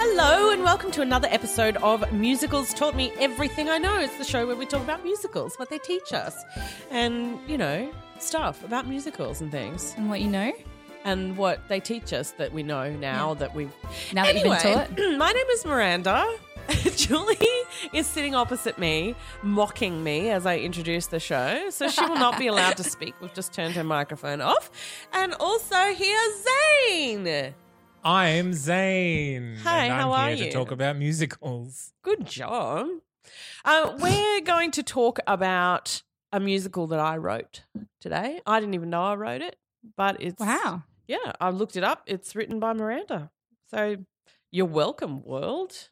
Hello, and welcome to another episode of Musicals Taught Me Everything I Know. It's the show where we talk about musicals, what they teach us, and, you know, stuff about musicals and things, and what you know. and what they teach us that we know now that we've. Now that you've anyway, been my name is Miranda. Julie is sitting opposite me, mocking me as I introduce the show, so she will not be allowed to speak. We've just turned her microphone off. And also, here's Zane. I'm Zane. Hi, and I'm how are here you? To talk about musicals. Good job. Uh, we're going to talk about a musical that I wrote today. I didn't even know I wrote it, but it's Wow. Yeah, I looked it up. It's written by Miranda. So you're welcome, world.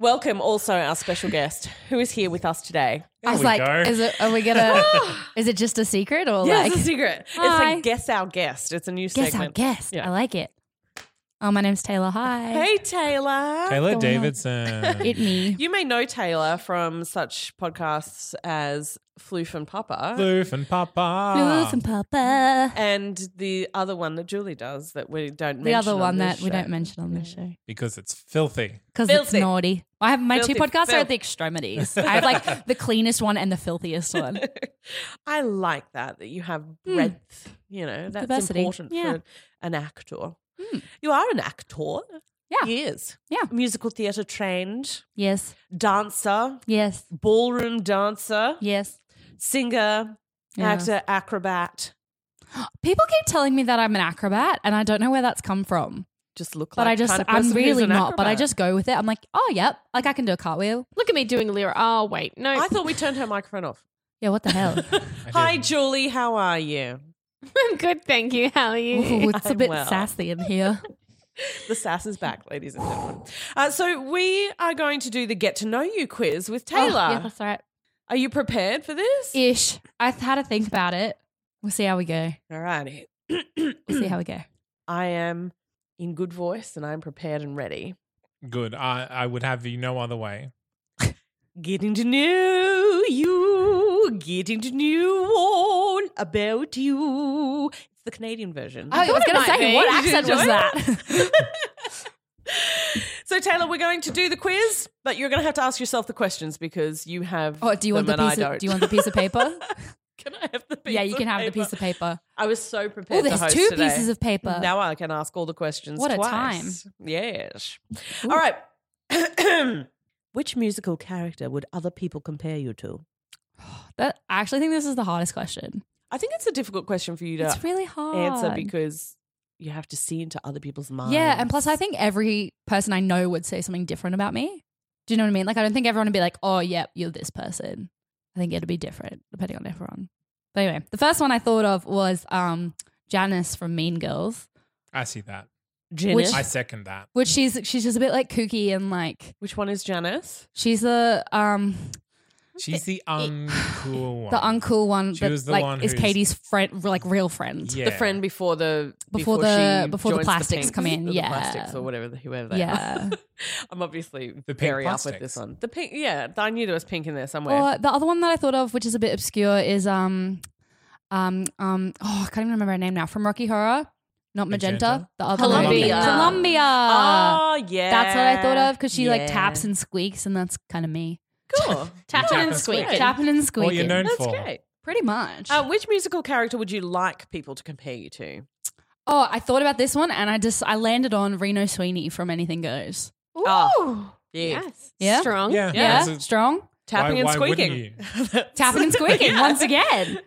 Welcome also our special guest who is here with us today. There I was we like, go. is it? Are we gonna? is it just a secret or Yeah, like? it's a secret. It's Hi. a guess our guest. It's a new guess our segment. guest. Yeah. I like it. Oh, my name's Taylor. Hi. Hey Taylor. Taylor Going on. Davidson. It me. You may know Taylor from such podcasts as Floof and Papa. Loof and Papa. Blues and Papa. and the other one that Julie does that we don't. The mention other on one this that we show. don't mention on this show Because it's filthy. because it's Filthy. naughty. I have my two Filthy, podcasts are filth. at the extremities. I have like the cleanest one and the filthiest one. I like that that you have breadth. You know that's Hmm. Diversity. important Yeah. Hmm. for an actor. You are an actor. Yeah. Years. Yeah. Musical theatre trained, Yes. dancer, Yes. ballroom dancer, Yes. singer, Yeah. actor, acrobat. People keep telling me that I'm an acrobat, and I don't know where that's come from. Just look But like I just, the kind of I'm person who's really an not. But I acrobat. just go with it. I'm like, oh, yep. Like I can do a cartwheel. Look at me doing a lyric. Oh, wait. No. I thought we turned her microphone off. Yeah. What the hell? Hi, Julie. How are you? I'm good. Thank you. How are you? Ooh, it's a I'm bit well. sassy in here. The sass is back, ladies and gentlemen. Uh, so we are going to do the get to know you quiz with Taylor. Oh, yeah, that's all right. Are you prepared for this? Ish. I've had to think about it. We'll see how we go. All righty. We'll see how we go. I am in good voice and I'm prepared and ready. Good. I, I would have you no other way. Getting to know you, getting to know all about you. It's the Canadian version. I, thought was it going to might say, be. what Did you accent was enjoy that? so, Taylor, we're going to do the quiz, but you're going to have to ask yourself the questions because you have. oh, do you want the them piece? and I Of, don't. do you want the piece of paper? Can I have the piece? yeah, you can of have the paper? piece of paper. I was so Oh, prepared. to there's host two today. pieces of paper. Now I can ask all the questions. What a twice. Yes. All right. Which musical character would other people compare you to? That, I actually think this is the hardest question. I think it's a difficult question for you to It's really hard. answer because you have to see into other people's minds. yeah, and plus, I think every person I know would say something different about me. Do you know what I mean? Like, I don't think everyone would be like, "Oh, yep, you're this person." I think it'd be different depending on everyone. But anyway, the first one I thought of was um, Janice from Mean Girls. I see that. Janice. Which- I second that. Which she's she's just a bit like kooky and like Which one is Janice? she's the um She's the uncool one. the uncool one She that was the like one is who's- Katie's friend like real friend. Yeah. The friend before the Before the- she before the joins plastics pink- come in, the yeah. plastics or whatever the- whoever they Yeah. are. I'm obviously pink very up with plastics. this one. The pink, yeah, I knew there was pink in there somewhere. Or uh, the other one that I thought of, which is a bit obscure, is um um um oh I can't even remember her name now from Rocky Horror, not Magenta, Magenta? the other Columbia. one. Columbia. oh yeah, that's what I thought of because she Yeah. like taps and squeaks, and that's kind of me. Cool. Tapping and squeaking. Tapping and squeaking. What you're known That's for. great. Pretty much. Uh, which musical character would you like people to compare you to? oh, I thought about this one and I just I landed on Reno Sweeney from Anything Goes. Ooh. Oh, yeah. Yes. Yeah. Strong. Yeah. Yeah, that's a- strong. Tapping Why- and why wouldn't squeaking. That's- Tapping and squeaking Yeah. once again.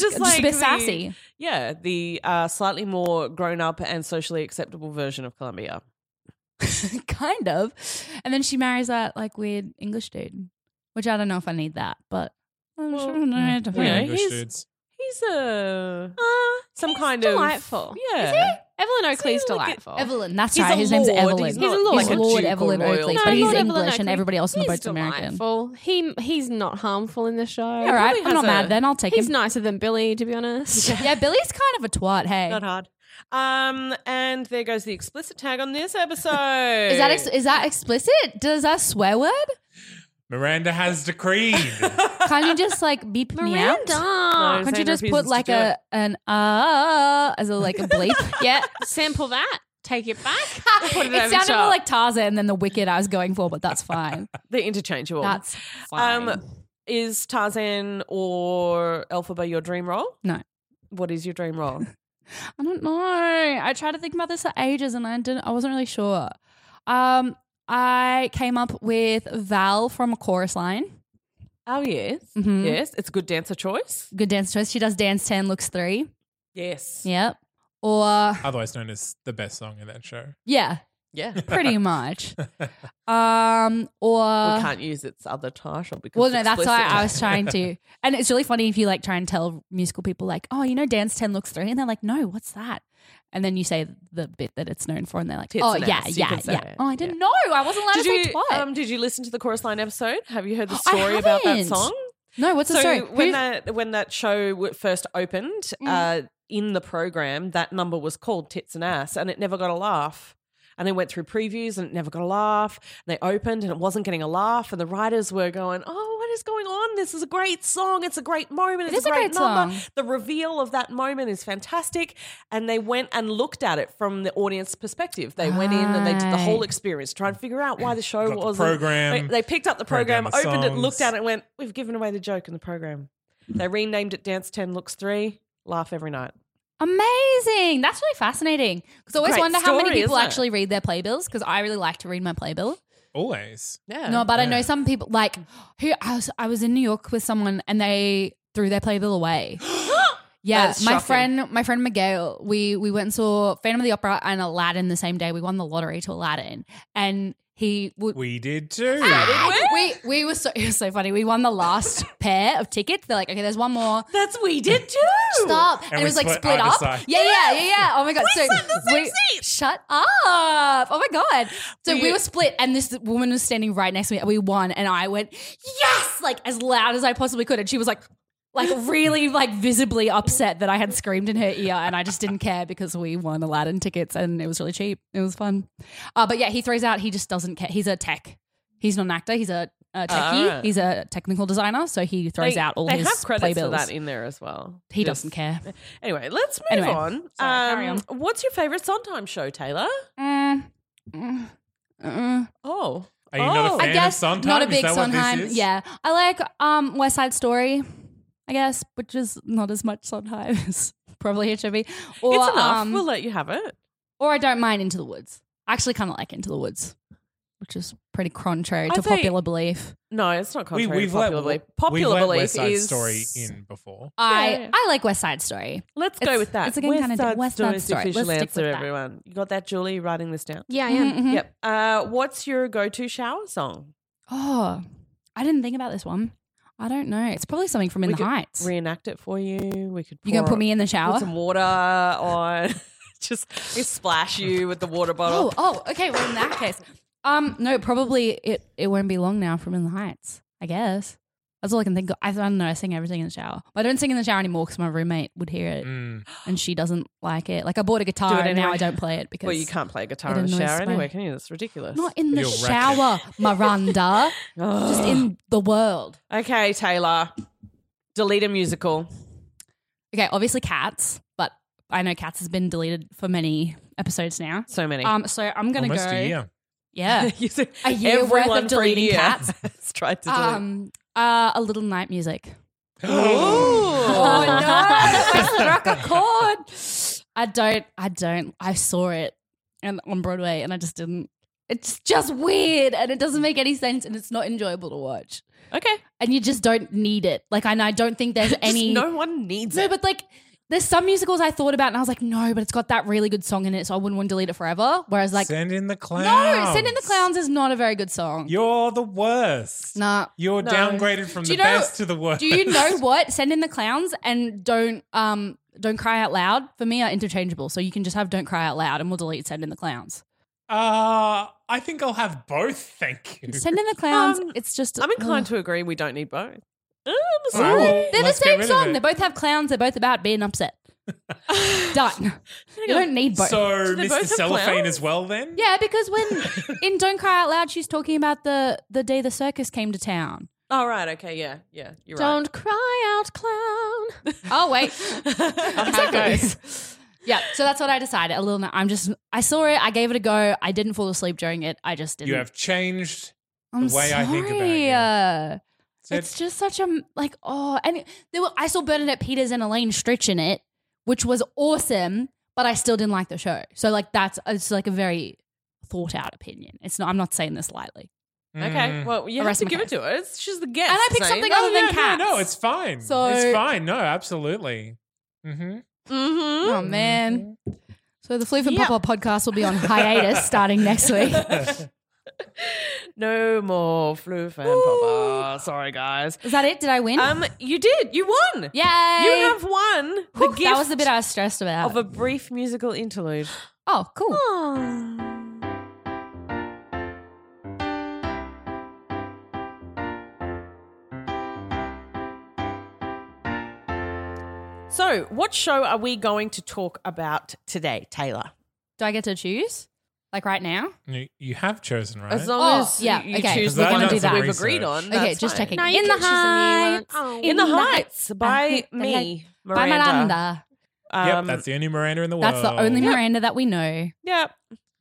just just, like a bit the- sassy. Yeah, the uh, slightly more grown up and socially acceptable version of Columbia. kind of. And then she marries that like weird English dude, which I don't know if I need that, but I'm Well, sure I don't Yeah. need to- We're Yeah, English he's- dudes. He's a some he's kind delightful. of Yeah, Evelyn Oakley's like a- delightful. Evelyn, that's He's right. a His name's lord. Evelyn. He's not like Lord a duke or Evelyn royal. Oakley, No, but he's not Evelyn English and Oakley. everybody else on the He's boat's American. delightful. He he's not harmful in the show. All right, probably I'm not has a- mad then. I'll take He's him. nicer than Billy, to be honest. yeah, Billy's kind of a twat. Hey, not hard. Um, and there goes the explicit tag on this episode. is that ex- is that explicit? Does that swear word? Miranda has decreed. Can't you just like beep me out? Miranda. No. Can't you Zane just refuses put to like do a it. an uh as a like a bleep? yeah. Sample that. Take it back. Put it it, over sounded top. more like Tarzan than the wicked I was going for, but that's fine. They're interchangeable. That's fine. Um, is Tarzan or Elphaba your dream role? No. What is your dream role? I don't know. I tried to think about this for ages and I didn't I wasn't really sure. Um I came up with Val from a chorus line. oh yes, Mhm. yes, it's a good dancer choice. Good dance choice. She does dance ten, looks three. Yes, Yep. Or Otherwise known as the best song in that show. yeah, yeah. pretty much. Um or we can't use its other title because Well, no, it's that's why explicit. I was trying to. And it's really funny if you like try and tell musical people, like, oh, you know, Dance 10 looks three. And they're like, no, what's that? And then you say the bit that it's known for, and they're like, Tits oh, and yeah, ass, you yeah, can say yeah. it, Oh, I didn't know. I wasn't allowed Did to you say twat. um, did you listen to the chorus line episode? Have you heard the I story about that haven't. song? no, what's the so story? when Who- Mm. that when that show w- first opened uh, in the program, that number was called Tits and Ass, and it never got a laugh. And they went through previews, and it never got a laugh. And they opened, and it wasn't getting a laugh. And the writers were going, "Oh, what is going on? This is a great song. It's a great moment. It's is a a great, great number. song. The reveal of that moment is fantastic." And they went and looked at it from the audience perspective. They went in and they did the whole Right. experience, try and figure out why the show Got the was program, They, they picked up the program, program of opened it, looked songs. at it, and went, "We've given away the joke in the program." Mm. They renamed it Dance 10 Looks 3. Laugh every night. Amazing. That's really fascinating. Because I always Great wonder how many story, people isn't it? actually read their playbills, because I really like to read my playbill. Always. Yeah. No, but I know Yeah. some people like who I was, I was in New York with someone and they threw their playbill away. yeah, That's my shocking. friend, my friend Miguel, we we went and saw Phantom of the Opera and Aladdin the same day. We won the lottery to Aladdin, and he would. We did too. We we were so it was so funny. We won the last pair of tickets. They're like, okay, there's one more. That's we did too. Mm. Stop. And, And it we was like split split either up. side. Yeah, yeah, yeah, yeah. Oh my god. so we, shut up. Oh my god. So we, We- were split and this woman was standing right next to me and we won and I went, "Yes!" like as loud as I possibly could and she was like like really like visibly upset that I had screamed in her ear and I just didn't care because we won Aladdin tickets and it was really cheap. It was fun. Uh, but yeah, he throws out he just doesn't care. He's a tech. He's not an actor. He's a, a techie. right. He's a technical designer, so he throws out all Ah. they his have credits playbills. for that in there as well. He Just- doesn't care. Anyway, let's move Anyway, on. sorry, carry Um, What's your favorite Sondheim show, Taylor? Mm, mm, mm. Oh. Are you not a Oh. fan I of guess Sondheim? not a Is big that what this Sondheim. is? Yeah, I like um West Side Story, I guess, which is not as much Sondheim as probably it should be. Or it's enough. um, we'll let you have it. or I don't mind Into the Woods. I actually kind of like Into the Woods, which is pretty contrary I'd to say- popular belief. No, it's not We, contrary we've to popular let, belief. we've Popular let belief West Side is Story in before. I yeah. I like West Side Story. Let's It's- go with that. it's again West kinda di- Side West Side Story is the Story. official Let's stick answer, with that. everyone. You got that, Julie? You Writing this down. yeah, I am. Mhm, mhm. Yep. Uh, what's your go-to shower song? Oh, I didn't think about this one. I don't know. It's probably something from In We the could Heights. Reenact it for you. We could. you gonna pour- put me in the shower? Put some water on. just we splash you with the water bottle. Oh, oh, okay. Well, in that case, um, no, probably it it won't be long now from In the Heights. I guess that's all I can think. of. I don't know. I sing everything in the shower. But I don't sing in the shower anymore because my roommate would hear it Mm. and she doesn't like it. Like I bought a guitar Do it and now anyway. I don't play it because well, you can't play guitar It in the annoys shower my- anyway, can you? That's ridiculous. Not in the You'll wreck it. shower, Miranda. Ugh. just in the world. okay, Taylor. Delete a musical. Okay, obviously cats, but I know cats has been deleted for many episodes now. So many. Um, so I'm gonna Almost go. a year. Yeah. You see, a year worth everyone of for a deleting year cats. has tried to delete. Um, uh, a little night music. Oh Ooh. no! I struck a chord. I don't. I don't. I saw it and on Broadway, and I just didn't. It's just weird, and it doesn't make any sense, and it's not enjoyable to watch. okay. And you just don't need it. Like, and I don't think there's any. Just no one needs No, it. but like, there's some musicals I thought about, and I was like, no, but it's got that really good song in it, so I wouldn't want to delete it forever. Whereas, like, send in the clowns. no, "Send in the Clowns" is not a very good song. You're the worst. nah. You're downgraded from Do the you know- best to the worst. Do you know what? Send in the clowns and don't um don't cry out loud. For me, are interchangeable. So you can just have don't cry out loud, and we'll delete send in the clowns. Uh, I think I'll have both. Thank you. Send in the clowns. Um, it's just I'm inclined ugh. to agree we don't need both. All right, well, They're the let's get same rid of song. it. They both have clowns. They're both about being upset. Done. You don't need both. So They both have Mr. Cellophane clowns? as well then? yeah, because when in Don't Cry Out Loud, she's talking about the the day the circus came to town. All right. Okay. Yeah. Yeah. You're right. Don't cry out, clown. Oh wait, exactly. Yeah, so that's what I decided. A little. I'm just. I saw it. I gave it a go. I didn't fall asleep during it. I just didn't. You have changed. I'm way I think about sorry. you. Uh, Said, it's just such a like oh, and it- there were, I saw Bernadette Peters and Elaine Stritch in it, which was awesome, but I still didn't like the show. So like that's it's like a very thought out opinion. It's not. I'm not saying this lightly. Okay. mm, Well, you I have rest to my give it case. to her. It's, she's the guest. And I picked Zane. something No, other than no, no, cats. no, it's fine. So- it's fine. No, absolutely. Mm-hmm. Mhm. Oh man. So the Floof and Yeah. Pop Up podcast will be on hiatus starting next week. No more flu fan papa. Sorry, guys. Is that it? Did I win? Um, you did. You won. Yay! You have won the Whew, gift that was the bit I was stressed about. of a brief musical interlude. oh, cool. So, what show are we going to talk about today, Taylor? Do I get to choose? Like right now? You, you have chosen, right? As long Oh, as yeah, you okay. choose Because I the one know that, some we've agreed on. research. Okay, that's just fine. checking. No, you in the can choose a new one. heights. Oh. In the In the Heights by Heights. me, By Miranda. Miranda. Yep, Um, that's the only Miranda in the world. That's the only Miranda that we know. yeah,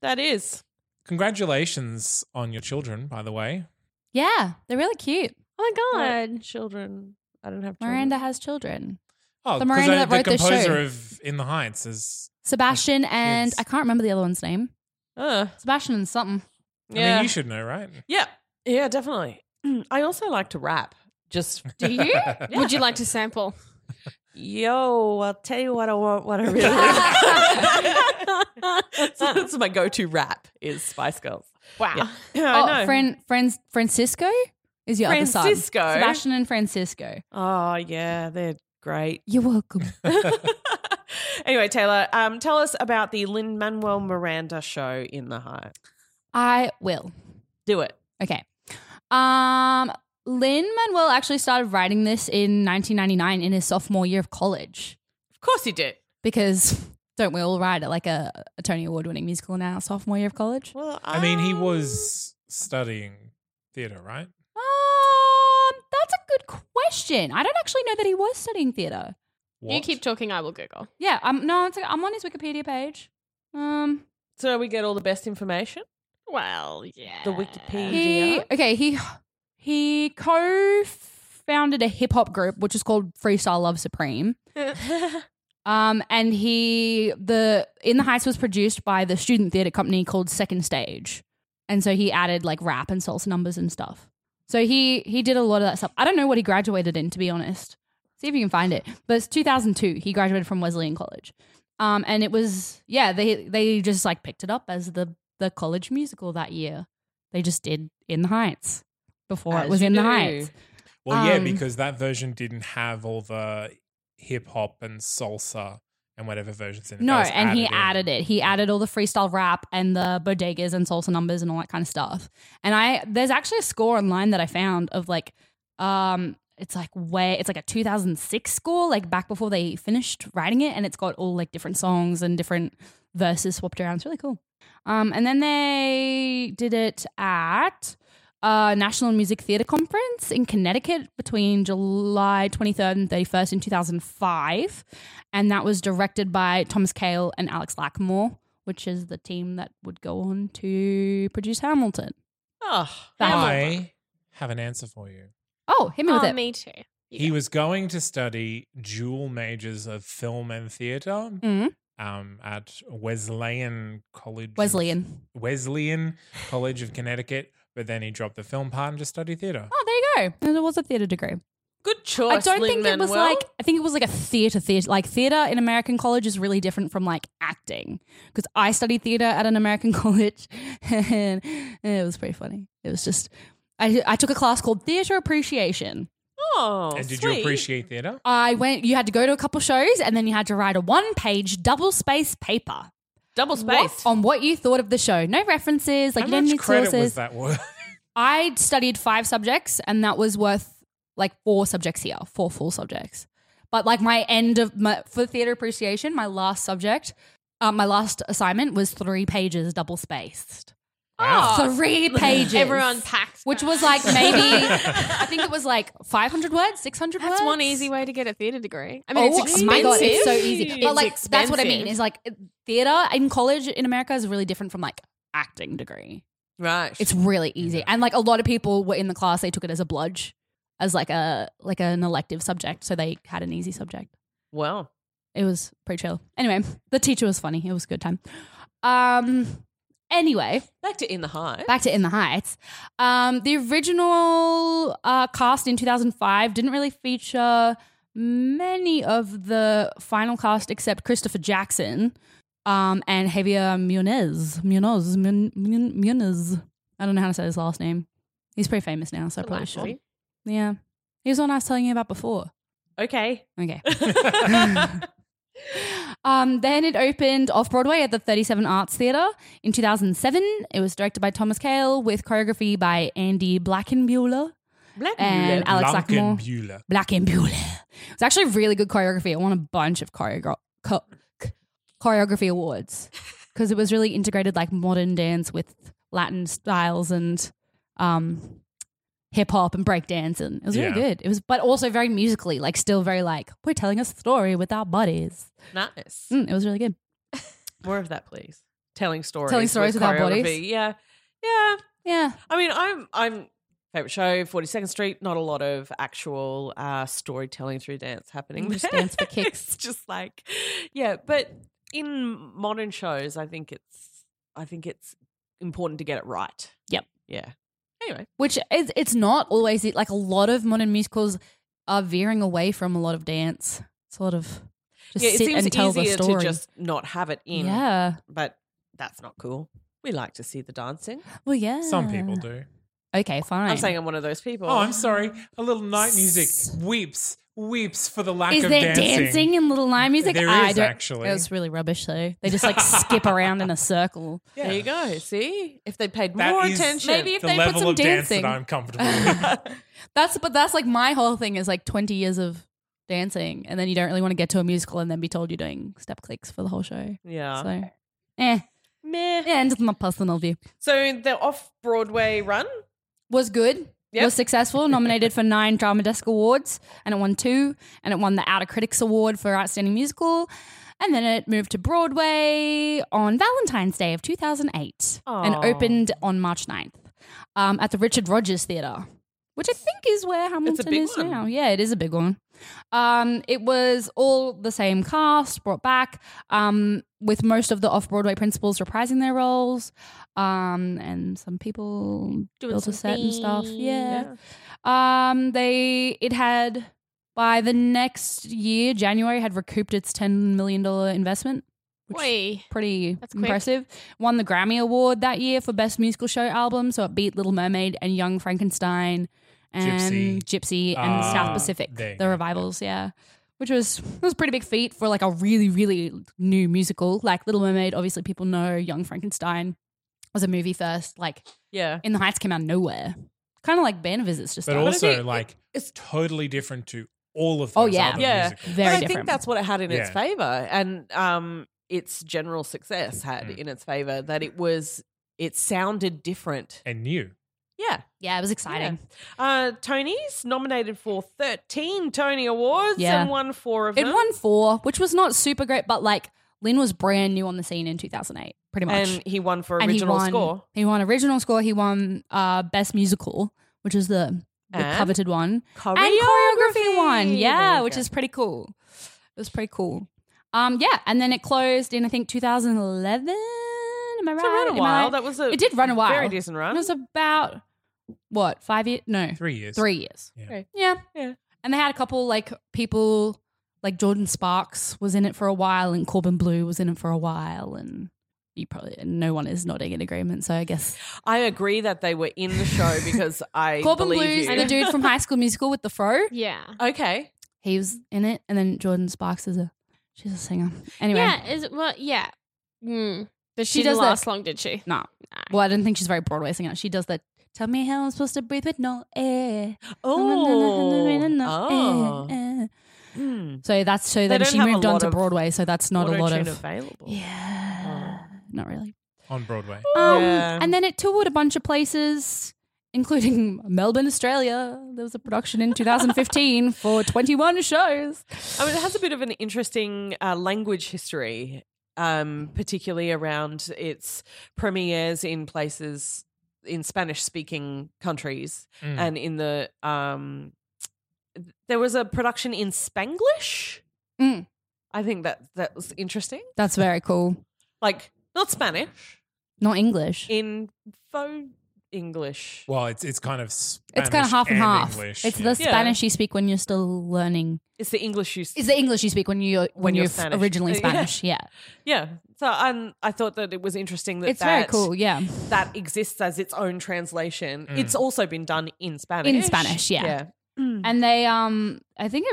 that is. Congratulations on your children, by the way. Yeah, they're really cute. Oh my god. Children. I don't have children. Miranda has children. Oh, The 'cause Miranda I- that wrote the the composer show. of In the Heights is. Sebastian and Yes. I can't remember the other one's name. Uh, Sebastian and something. I yeah. mean, you should know, right? yeah. Yeah, definitely. I also like to rap. Just Do you? Would you like to sample? yo, I'll tell you what I want, what I really want. so that's my go-to rap is Spice Girls. Wow. Ah, Yeah. oh, Fran, Fran, Francisco is your other son. Francisco? Sebastian and Francisco. Oh yeah, they're great. You're welcome. anyway, Taylor, um, tell us about the Lin Manuel Miranda show in the Height. I will. Do it. Okay. Um, Lynn Manuel actually started writing this in 1999 in his sophomore year of college. Of course he did. because don't we all write at like a, a Tony Award winning musical in our sophomore year of college? Um, Well, I mean, he um, was studying theatre, right? Um, that's a good question. I don't actually know that he was studying theatre. You What? keep talking, I will Google. Yeah, um, no, it's, I'm on his Wikipedia page. Um, So we get all the best information. Well, yeah. The Wikipedia. he okay, he he co-founded a hip hop group which is called Freestyle Love Supreme. Um, and he the in the heights was produced by the student theater company called Second Stage, and so he added like rap and salsa numbers and stuff. So he he did a lot of that stuff. I don't know what he graduated in, to be honest. See if you can find it. But it's 2002. He graduated from Wesleyan College, um, and it was yeah they they just like picked it up as the the college musical that year. They just did in the heights before As it was you in the do. heights. Well, yeah, Um, because that version didn't have all the hip hop and salsa and whatever versions in it. No, That was and he in. added it. He added all the freestyle rap and the bodegas and salsa numbers and all that kind of stuff. And I there's actually a score online that I found of like um it's like way it's like a 2006 score like back before they finished writing it and it's got all like different songs and different verses swapped around. It's really cool. Um and then they did it at uh, National Music Theatre Conference in Connecticut between July 23rd and 31st in 2005. And that was directed by Thomas Cale and Alex Lackmore, which is the team that would go on to produce Hamilton. Oh, That- I have an answer for you. Oh, hit me with Oh, it. me too. He was going to study dual majors of film and theater Mhm. um, at Wesleyan College. of- Wesleyan. Wesleyan College of Connecticut, but then he dropped the film part and just studied theater. Oh, there you go. There was a theatre degree. Good choice. I don't think it was Lin-Manuel. like I think it was like a theater theater like theater in American college is really different from like acting because I studied theater at an American college and it was pretty funny. It was just I I took a class called theater appreciation. Oh, and did sweet. you appreciate theater? I went you had to go to a couple shows and then you had to write a one page double space paper double space? on what Oh, you thought of the show. No references, like How you didn't much need credit sources. was that worth? I studied five subjects, and that was worth like four subjects here, four full subjects. But like my end of my for theater appreciation, my last subject, uh, my last assignment was three pages double spaced. Oh, Wow. Three pages. Everyone packed. Which was like maybe, I think it was like 500 words, 600 words. That's one easy way to get a theatre degree. I mean, it's oh my god, it's so expensive. easy. But It's like, that's what I mean. expensive. Is like theater in college in America is really different from like acting degree. Right. It's really easy. And like a lot of people were in the class, they took it as a bludge, as like a like an elective subject. So they had an easy subject. well, It was pretty chill. Anyway, the teacher was funny. It was a good time. Um anyway, back to In the High. back to In the Heights. Um the original uh cast in 2005 didn't really feature many of the final cast except Christopher Jackson um and Javier Munoz. Munoz Mun, Mun, Munoz. I don't know how to say his last name. He's pretty famous now, so I probably should. Delightful. Yeah. He was the one I was telling you about before. Okay. Okay. um, then it opened off Broadway at the 37 Arts Theatre in 2007. It was directed by Thomas Kail with choreography by Andy Blackenbuehler and Alex Lackmore. Bueller. Blackenbuehler. It's actually really good choreography. It won a bunch of choreo- co- c- choreography awards because it was really integrated like modern dance with Latin styles and um, hip hop and break dance, and it was really Yeah. good. It was, but also very musically, like still very like we're telling a story with our bodies. Nice. Mm, it was really good. More of that, please. Telling stories. Telling stories with our bodies. choreography. Yeah. Yeah. Yeah, I mean, I'm I'm favorite show, Forty Second Street. Not a lot of actual uh, storytelling through dance happening. Just there. dance for kicks. it's just like, yeah. But in modern shows, I think it's I think it's important to get it right. Yep. Yeah. Anyway, which is it's not always like a lot of modern musicals are veering away from a lot of dance, sort of. Just yeah, it sit seems and tell the easier story. to just not have it in. Yeah. But that's not cool. We like to see the dancing. Well, yeah. Some people Ah. do. Okay, fine. I'm saying I'm one of those people. Oh, I'm sorry. A little night music S- weeps, weeps for the lack is of there dancing. dancing. in Little Lion Music? There I is, don't- actually. It was really rubbish though. They just like skip around in a circle. There you go. See, if they paid That more is attention, Maybe if the they put level some of dance dancing. that I'm comfortable with. That's but that's like my whole thing is like twenty years of dancing, and then you don't really want to get to a musical and then be told you're doing step clicks for the whole show. yeah, So, eh, meh. yeah, and just my personal view So the off Broadway run, was good. Yep. Was successful, nominated for nine Drama Desk Awards, and it won two, and it won the Outer Critics Award for Outstanding Musical, and then it moved to Broadway on Valentine's Day of 2008, and Aw. opened on March 9th um, at the Richard Rogers Theatre, which I think is where Hamilton big is one. now. Yeah, it is a big one. Um, it was all the same cast brought back, um, with most of the off Broadway principals reprising their roles, um, and some people Doing built a some set and stuff. Yeah. Yeah. Um, they it had by the next year, January had recouped its ten million dollar investment. Which Wait. pretty That's quick. impressive. Won the Grammy Award that year for Best Musical Show Album, so it beat Little Mermaid and Young Frankenstein and Gypsy. Gypsy, and Ah, South Pacific, there you the go. revivals, yeah. Which was it was a pretty big feat for like a really really new musical. Like Little Mermaid, obviously people know. Young Frankenstein was a movie first. Like yeah, In the Heights came out of nowhere, kind of like band visits just. But started. also, it- like, it's totally different to all of those Oh, yeah. other Yeah. musicals. Very but I different. think that's what it had in its Yeah. favor, and um, its general success had Mm. in its favor that it was it sounded different. And new. Yeah, yeah, it was exciting. uh, Tony's nominated for thirteen Tony Awards Yeah. and won four of It them. won four, which was not super great, but like Lynn was brand new on the scene in 2008, pretty much. and he won for And original he won, score. He won original score. He won uh, best musical, which is the the And? coveted one, Choreography. and choreography one, There yeah, you which go. is pretty cool. It was pretty cool. Um, yeah, and then it closed in I think 2011. Am I right? It's a run a Am I while. right? That was a It did run a while. Very decent It run. was about what five years? No, Three years. three years. Yeah. Yeah. Okay. yeah, Yeah. And they had a couple like people, like Jordan Sparks was in it for a while, and Corbin Blue was in it for a while, and you probably and no one is nodding in agreement. So I guess I agree that they were in the show because I Corbin believe Blue's you. the dude from High School Musical with the fro. Yeah. Okay. He was in it, and then Jordan Sparks is a she's a singer. Anyway, Yeah. Is well. Yeah. Mm. But she, She does didn't that- last long, did she? no. Nah. Well, I didn't think she's a very Broadway singer. She does that. Tell me how I'm supposed to breathe with no air. Oh. No air, air." Hmm. So that's so They then don't she have a moved on lot to of Broadway. So that's not a lot Auto-tune of available. Oh. yeah, not really. on Broadway. Um, Yeah. And then it toured a bunch of places, including Melbourne, Australia. There was a production in 2015 for 21 shows. I mean, it has a bit of an interesting uh, language history, um, particularly around its premieres in places in Spanish speaking countries. Hmm. Mm. And in the, um, there was a production in Spanglish. Mm. I think that that was interesting. That's very cool. Like, not Spanish, Not English. in faux English. well, it's it's kind of it's kind of Spanish half and, half. English. it's yeah. the Yeah. Spanish you speak when you're still learning. It's the English you s- It's the English you speak when you're when, you're you're, f- Spanish. originally Yeah. Spanish. Yeah, Yeah. So um, I thought that it was interesting that it's very that- cool. Yeah, that exists as its own translation. Mm. It's also been done in Spanish. in Spanish. Yeah. Mm. And they, um, I think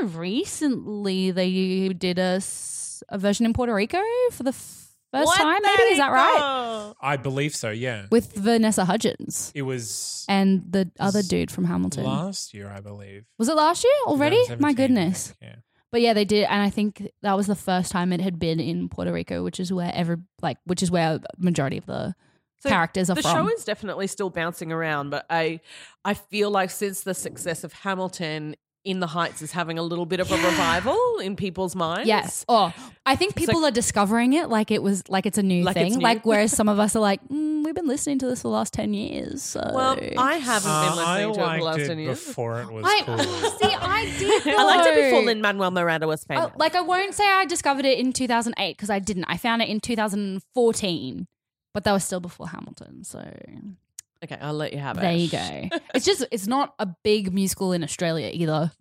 recently they did a, s- a version in Puerto Rico for the f- first What time, maybe. Is that right? Oh. I believe so. Yeah, With Vanessa Hudgens it was and the other S- dude from Hamilton. last year, I believe. was it last year already? My 2017, I goodness. think, Yeah. But yeah, they did, and I think that was the first time it had been in Puerto Rico, which is where every like, which is where majority of the So characters are The from. show is definitely still bouncing around, but I I feel like since the success of Hamilton, In the Heights is having a little bit of a revival in people's minds. Yes. Oh, I think people are discovering it like it was like it's a new Like it's thing. new. Like whereas some of us are like, mm, we've been listening to this for the last ten years. So. Well, I haven't Uh, been I listening to it for the liked last ten it years. before it was I- cool. see, I did. I liked it though. before Lin Manuel Miranda was famous. Oh, like I won't say I discovered it in 2008 because I didn't. I found it in 2014, but that was still before Hamilton. So okay, I'll let you have it. there you go. it's just it's not a big musical in Australia either.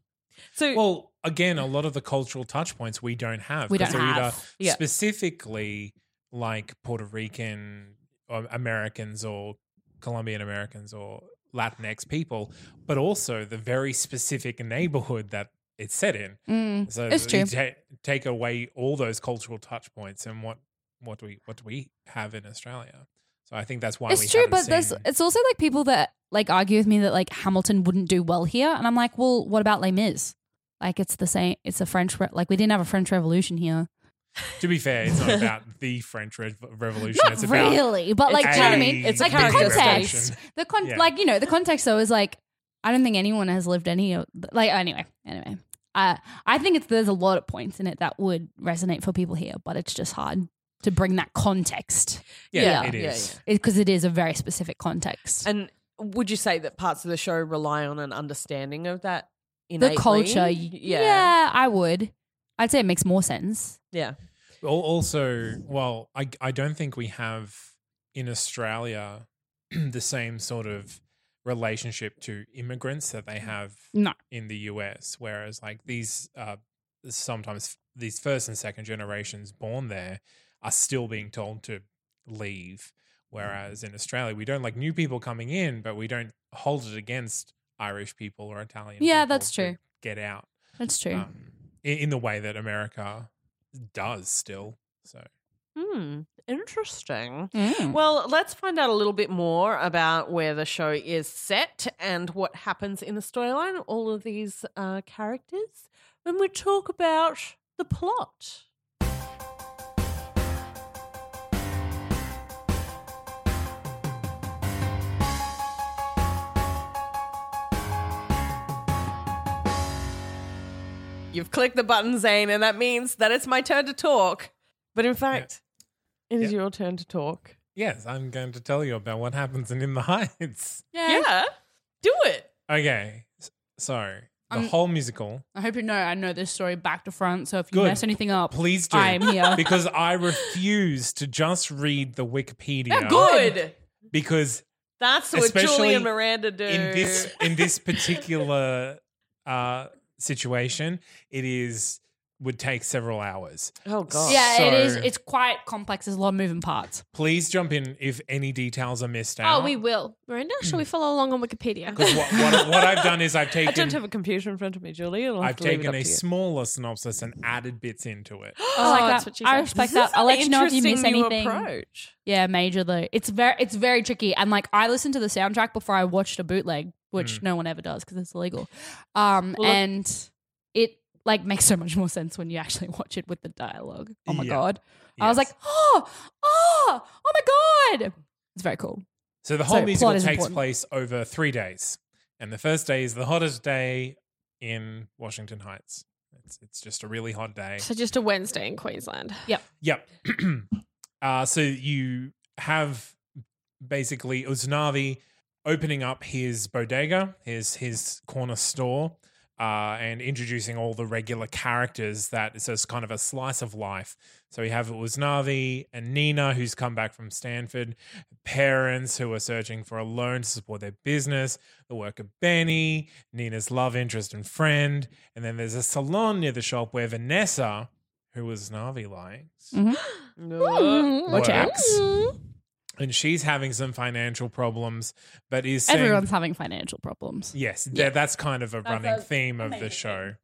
So Well, again, a lot of the cultural touch points we don't have. We 'cause don't they're have. Yeah. Specifically, like Puerto Rican or Americans or Colombian Americans or Latinx people, but also the very specific neighborhood that it's set in. Mm. So It's true. you ta- take away all those cultural touch points, and what what do we what do we have in Australia? So I think that's why we It's true, haven't but there's seen- it's also like people that like argue with me that like Hamilton wouldn't do well here, and I'm like, well, what about Les Mis? Like it's the same. It's a French. Re- like we didn't have a French Revolution here. to be fair, it's not about the French Re- Revolution. Not it's about really, but like, do you know what I mean? a It's like the character context. revolution. The con, Yeah. like you know, the context though is like, I don't think anyone has lived any. of- Like anyway, anyway, uh, I think it's there's a lot of points in it that would resonate for people here, but it's just hard to bring that context Yeah, Yeah. it Yeah, is. yeah. because it is a very specific context. And would you say that parts of the show rely on an understanding of that the innately? culture, yeah. Yeah. yeah, I would. I'd say it makes more sense. Yeah. Al- Also, well, I I don't think we have in Australia the same sort of relationship to immigrants that they have Mm. No. in the US. Whereas, like these, uh, sometimes these first and second generations born there are still being told to leave. Whereas in Australia, we don't like new people coming in, but we don't hold it against Irish people or Italian. Yeah, people that's to true. Get out That's true. um, i- in the way that America does still. So Hmm. Interesting. Mm. Well, let's find out a little bit more about where the show is set and what happens in the storyline, all of these uh, characters, when we talk about the plot. You've clicked the button, Zane, and that means that it's my turn to talk. But in fact, it is Yeah. your turn to talk. yes, I'm going to tell you about what happens in In the Heights. Yeah. Do it. Okay. s- So the I'm- whole musical. I hope you know I know this story back to front. So if you Good. mess anything up, Please do. I'm here. because I refuse to just read the Wikipedia. Good. Because That's what Especially Julie and Miranda do. in this in this particular uh, situation, it is would take several hours. oh god. yeah, uh, it is. So- It's quite complex. There's a lot of moving parts. Please jump in if any details are missed out. Oh, we will. Miranda, shall Hmm. we follow along on Wikipedia? Because what, what, what I've done is I've I don't taken have a computer in front of me, Julie. I'll have I've to leave it taken up a to you. smaller synopsis and added bits into it. I like that's that. what she I said. respect This that. is I'll an let you know if you miss interesting new anything. Approach. Yeah, major though. It's very it's very tricky. And like I listened to the soundtrack before I watched a bootleg, which no one ever does because it's illegal. Um Well, look- and it like makes so much more sense when you actually watch it with the dialogue. Oh my Yeah. god. I was Yes. like, "Oh, oh, oh my god." It's very cool. So the whole So, musical plot is takes important. place over three days, and the first day is the hottest day in Washington Heights. It's, it's just a really hot day. So just a Wednesday in Queensland. Yep. uh, so you have basically Uznavi opening up his bodega, his his corner store, uh, and introducing all the regular characters that is just kind of a slice of life. So we have Uznavi and Nina, who's come back from Stanford, parents who are searching for a loan to support their business, the work of Benny, Nina's love interest and friend, and then there's a salon near the shop where Vanessa, who Uznavi likes, Mm-hmm. Oh, Watch out. works. Mm-hmm. And she's having some financial problems, but is saying, Everyone's having financial problems. yes, th- that's kind of a running theme of the show.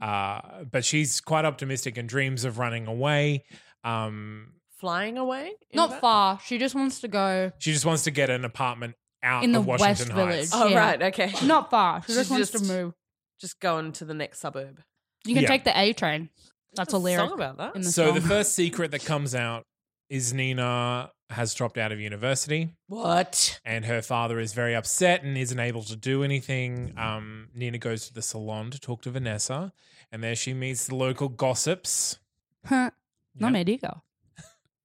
Uh, but she's quite optimistic and dreams of running away. Um, Flying away? Is Not that- far. She just wants to go she just wants to get an apartment out In the of West Washington Village. Heights. Oh Yeah. right, okay. not far. She She just wants to just- move. Just going to the next suburb. You can Yeah. take the A train. That's a lyric. song about that. in the so the song. first secret that comes out is Nina has dropped out of university. What? and her father is very upset and isn't able to do anything. Um, Nina goes to the salon to talk to Vanessa, and there she meets the local gossips. Huh. No Yep, me digo.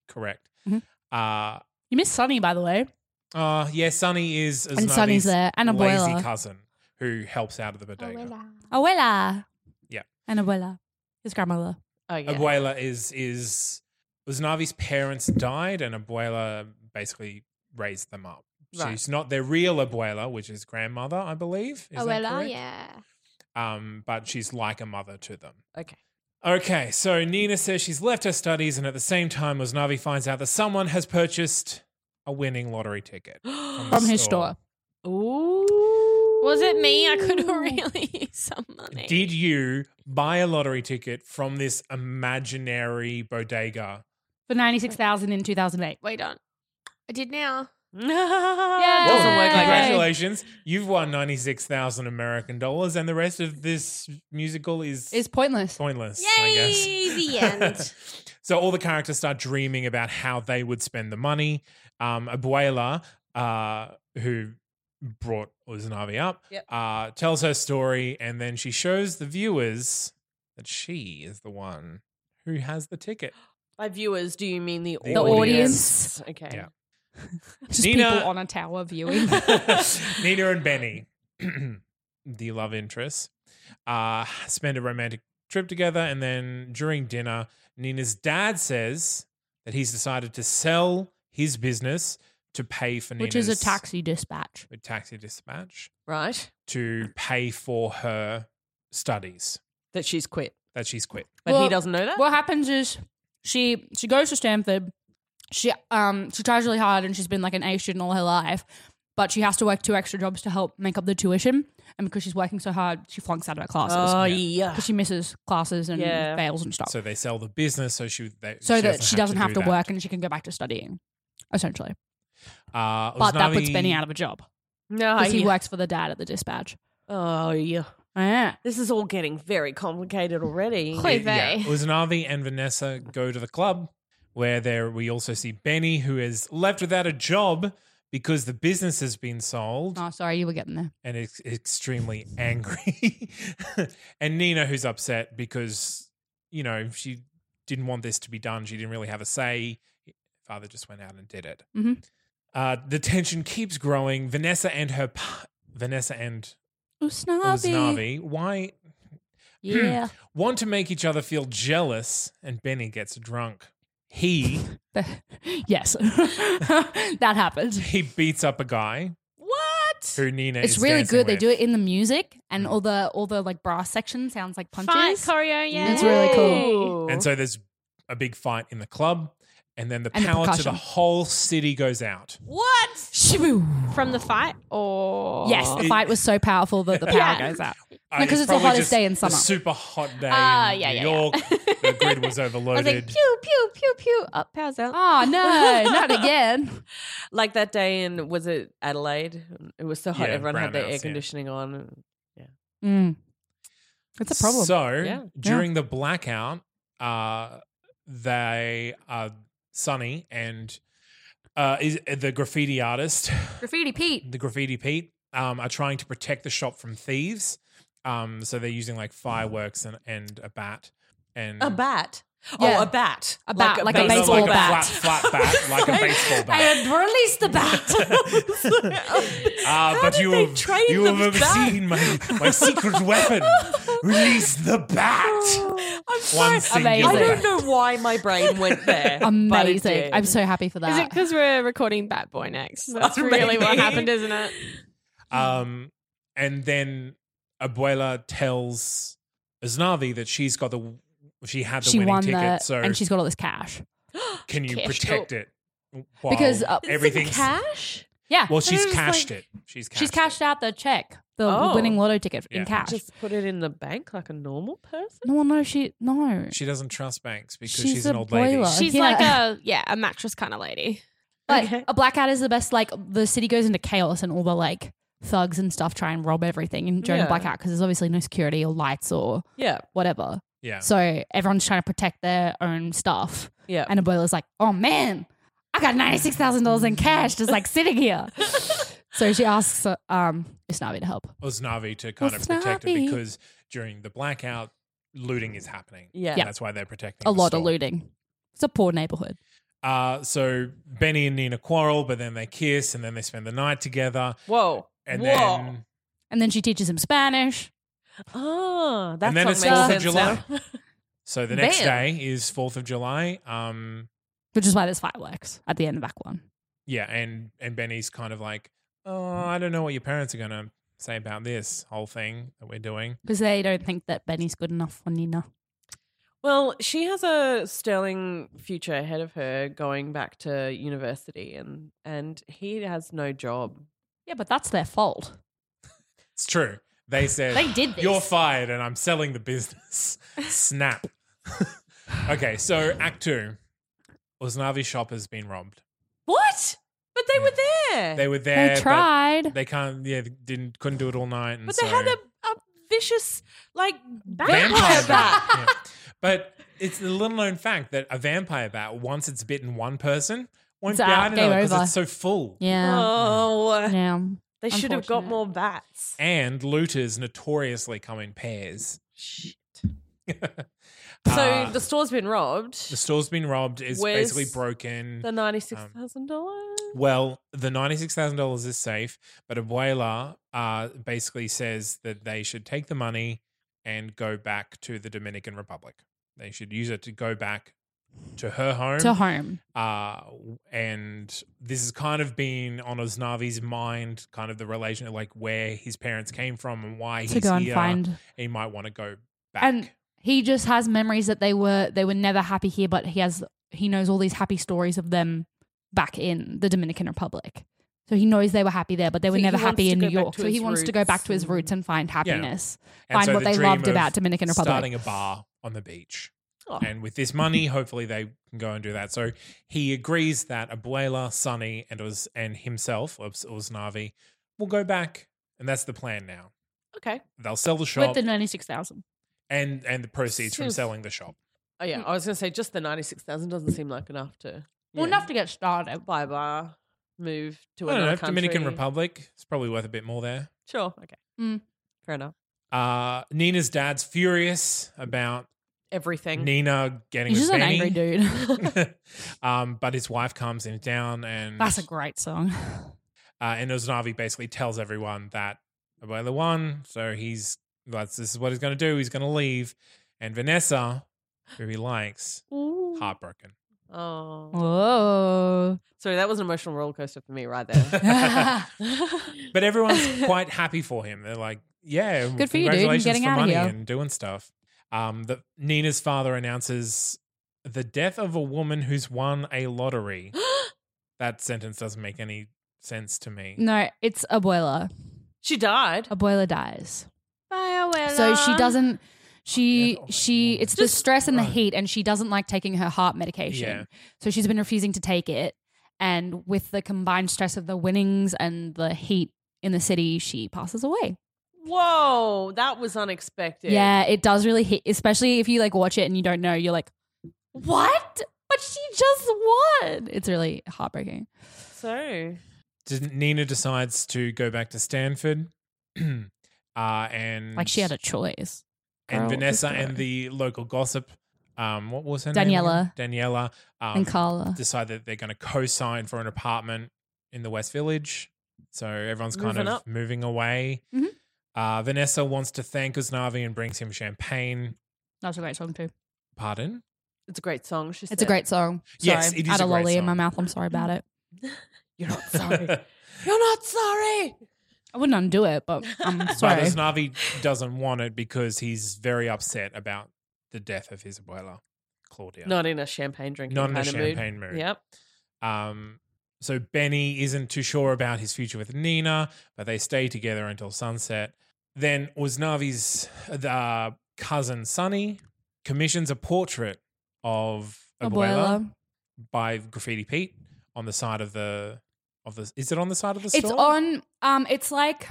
correct. Mhm. Uh, You missed Sunny, by the way. uh, yeah, Sunny is Uznavi's And Sunny's there. And lazy Abuela. cousin who helps out of the bodega. Abuela, Abuela. Yeah. And Abuela. His grandmother. Oh yeah. is is Uznavi's parents died, and Abuela basically raised them up. Right. She's not their real abuela, which is grandmother, I believe. Is that Abuela, correct? yeah. um, but she's like a mother to them. Okay. Okay, so Nina says she's left her studies, and at the same time, Uznavi finds out that someone has purchased a winning lottery ticket the From his store. Ooh. Was it me? I could really use some money. Did you buy a lottery ticket from this imaginary bodega? For 96000 in 2008. Wait on. I did now. Oh, Doesn't work like that. Congratulations, you've won ninety six thousand American dollars, and the rest of this musical is It's pointless. pointless. I guess. Yay! The end. so all the characters start dreaming about how they would spend the money. Um, Abuela, uh, who brought Uzunavi up, Yep. uh, tells her story, and then she shows the viewers that she is the one who has the ticket. By viewers, do you mean the, The audience. Okay. Yeah. Just Nina- people on a tower viewing. Nina and Benny, the love interests, uh, spend a romantic trip together. And then during dinner, Nina's dad says that he's decided to sell his business to pay for which Nina's is a taxi dispatch. a taxi dispatch Right. to Mm. pay for her studies That she's quit, that she's quit. but Well- he doesn't know that. What happens is she she goes to Stanford. She um she tries really hard and she's been like an A student all her life, but she has to work two extra jobs to help make up the tuition. And because she's working so hard, she flunks out of her classes oh yeah. yeah. because she misses classes and Yeah. fails and stuff. So So, they sell the business so she they, that she doesn't have to, do that. work and she can go back to studying, essentially. Uh, But that puts Uznavi- Benny out of a job No. because he yeah. works for the dad at the dispatch. Oh yeah. Yeah. This is all getting very complicated already. Oy vey. Uznavi and Vanessa go to the club where there we also see Benny who is left without a job because the business has been sold Oh, sorry, you were getting there. and is extremely angry. and Nina who's upset because you know she didn't want this to be done. She didn't really have a say. Father just went out and did it. Mhm. Uh, the tension keeps growing. Vanessa and her pa- Vanessa and Oh, Usnavi. Uznavi, why Yeah. want to make each other feel jealous and Benny gets drunk. He yes. that happened. he beats up a guy What? who Nina It's is really dancing good. They with. Mm. do it in the music and all the all the like brass section sounds like punches. Fight choreo, yeah. It's really cool. And so there's a big fight in the club and then the And the power to the percussion. whole city goes out. What? Shiboo. From the fight or Uh, Yes, the It- fight was so powerful that the power Yeah. goes out. Uh, Because it's the probably hottest just day in a summer. super hot day Ah, in yeah, New yeah, yeah. York. the grid was I was overloaded. like, pew, pew, pew, pew. Up, powers out. Oh no, not again. Like that day in was it Adelaide? It was so hot. Yeah, Everyone had their brownouts, air yeah. conditioning on. Mm. It's a problem. So Yeah. during the blackout, uh, they uh, Sunny and uh, is, the graffiti artist, Graffiti Pete. the graffiti Pete, um, are trying to protect the shop from thieves. Um, so they're using like fireworks and, and a bat and A bat. Yeah. Oh, a bat. A bat, like a No, no, baseball like bat. a flat flat bat, like a baseball bat. had released the bat. Ah, How but did you they have train you them have back? seen my, my secret weapon. Release the bat. I'm sorry. One singular I Oh, Amazing. don't bat. know why my brain went there. but it Amazing. did. I'm so happy for Oh, Is it that. because we're recording Bat Boy next? That's Oh, really what maybe. happened, isn't it? Um, and then Abuela tells Isnavi that she's got the she had the she winning won ticket, the so and she's got all this cash. can you cashed protect it? While Because, uh, Is it everything's cash. Yeah. well, she's was cashed like- it. She's cashed She's cashed it. out the check, the Oh. winning lotto ticket Yeah. in cash. Just put it in the bank like a normal person. no, well, no, she no. She doesn't trust banks because she's, She's an a old lady. boiler. She's yeah. like a yeah, a mattress kind of lady. But Okay. a blackout is the best. Like the city goes into chaos, and all the like thugs and stuff try and rob everything and during Yeah. a blackout because there's obviously no security or lights or Yeah. whatever. Yeah. So everyone's trying to protect their own stuff. Yeah. And Abuela's like, "Oh man, I got ninety six thousand dollars in cash just like sitting here." so she asks uh, um Usnavi to help. Osnavi to kind of protect it Usnavi. because during the blackout, looting is happening. Yeah. And that's why they're protecting A the lot store. of looting. It's a poor neighborhood. Uh, so Benny and Nina quarrel, but then they kiss, and then they spend the night together, Whoa. and Whoa. then And then she teaches him Spanish. Oh, that and then song it's makes Fourth of sense July. now. So the next Bam. day is Fourth of July. Um, Which is why there's fireworks at the end of Act One. yeah, and and Benny's kind of like, oh, I don't know what your parents are gonna say about this whole thing that we're doing. Because they don't think that Benny's good enough for Nina. Well, she has a sterling future ahead of her going back to university and and he has no job. Yeah, but that's their fault. It's true. They said They did this. You're fired, and I'm selling the business. Snap. okay, so Act Two, Osnavi shop has been robbed. What? But they were there. They were there. They but tried. They can't. Yeah, didn't couldn't do it all night. And but they so- had a, a vicious like vampire vampire bat. bat. Yeah. But it's a little known fact that a vampire bat, once it's bitten one person, won't It's be out, out another game because over. it's so full. yeah. Oh, yeah. they should have got Unfortunate. more bats. And looters notoriously come in pairs. Shit. So Uh, the store's been robbed. the um, store's been robbed. It's Where's basically broken. The ninety-six thousand dollars. well, the ninety-six thousand dollars is safe, but Abuela uh, basically says that they should take the money and go back to the Dominican Republic. They should use it to go back to her home. To home. uh, and this has kind of been on Osnavi's mind, kind of the relation, like where his parents came from and why To he's go and here. find. He might want to go back. And he just has memories that they were they were never happy here, but he has he knows all these happy stories of them back in the Dominican Republic. So he knows they were happy there, but they So were he never wants to happy in go New back York. to So he his wants to go back to his roots roots and find happiness. And Find so what the they dream loved of about Dominican Republic. Starting a bar on the beach. Oh. And with this money, hopefully they can go and do that. So he agrees that Abuela, Sonny, and Oz, and himself, Os- Osnavi, will go back. And that's the plan now. Okay. They'll sell the With shop the ninety six thousand. and, and the proceeds from Seems- selling the shop. Oh yeah, I was gonna say just the ninety-six thousand doesn't seem like enough to Well, enough to get started. buy a bar, move to I don't another know. country. Dominican Republic is probably worth a bit more there. Sure. Okay. Mm. Fair enough. Uh, Nina's dad's furious about Everything. Nina getting He's with just an Benny. angry dude. um, but his wife calms him down, and That's a great song. Uh, and Uzunavi basically tells everyone that we're the one. So he's, that's, this is what he's going to do. He's going to leave. And Vanessa, who he likes, heartbroken. Oh, Whoa. sorry, that was an emotional roller coaster for me right there. But everyone's quite happy for him. They're like, yeah, Good for you, dude. You're congratulations getting for outta money here. and doing stuff. Um, the, Nina's father announces the death of a woman who's won a lottery. that sentence doesn't make any sense to me. no, it's Abuela. she died. Abuela dies. Bye, So she Abuela. doesn't. She Yeah, she woman. it's the Just- stress and the right. heat, and she doesn't like taking her heart medication. Yeah. So she's been refusing to take it, and with the combined stress of the winnings and the heat in the city, she passes away. Whoa, that was unexpected. Yeah, it does really hit, especially if you like watch it and you don't know. You're like, what? But she just won. It's really heartbreaking. So Des- Nina decides to go back to Stanford. uh, and Like she had a choice. and girl, Vanessa this and girl. the local gossip. Um, what was her name? Daniela. again? Daniela um, and Carla. decide that they're going to co-sign for an apartment in the West Village. So everyone's kind Moving of up. moving away. Mhm. Uh, Vanessa wants to thank Uznavi and brings him champagne. That's a great song too. Pardon? it's a great song. She It's a great song. Sorry, Yes, it is I had a a, great lolly in my song. mouth. I'm sorry about it. You're not sorry. You're not sorry. I wouldn't undo it, but I'm But sorry. Uznavi doesn't want it because he's very upset about the death of his abuela, Claudia. Not in a champagne drinking Not in a kind of mood. champagne mood. Yep. Um, so Benny isn't too sure about his future with Nina, but they stay together until sunset. Then Uznavi's uh, cousin Sunny commissions a portrait of Abuela, Abuela. by Graffiti Pete on the side of the of the. Is it on the side of the It's store? on. Um, it's like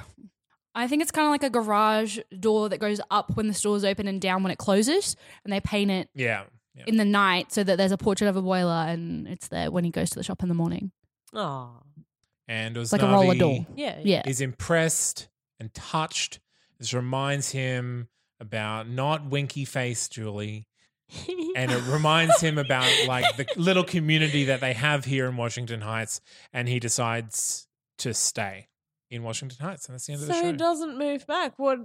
I think it's kind of like a garage door that goes up when the store's open and down when it closes, and they paint it Yeah, yeah. in the night so that there's a portrait of a boiler and it's there when he goes to the shop in the morning. Oh, and Uznavi like a roller doll. yeah. Yeah. is impressed and touched. This reminds him about not winky face Julie. and it reminds him about like the little community that they have here in Washington Heights, and he decides to stay in Washington Heights, and that's the end of So the show. he doesn't move back. What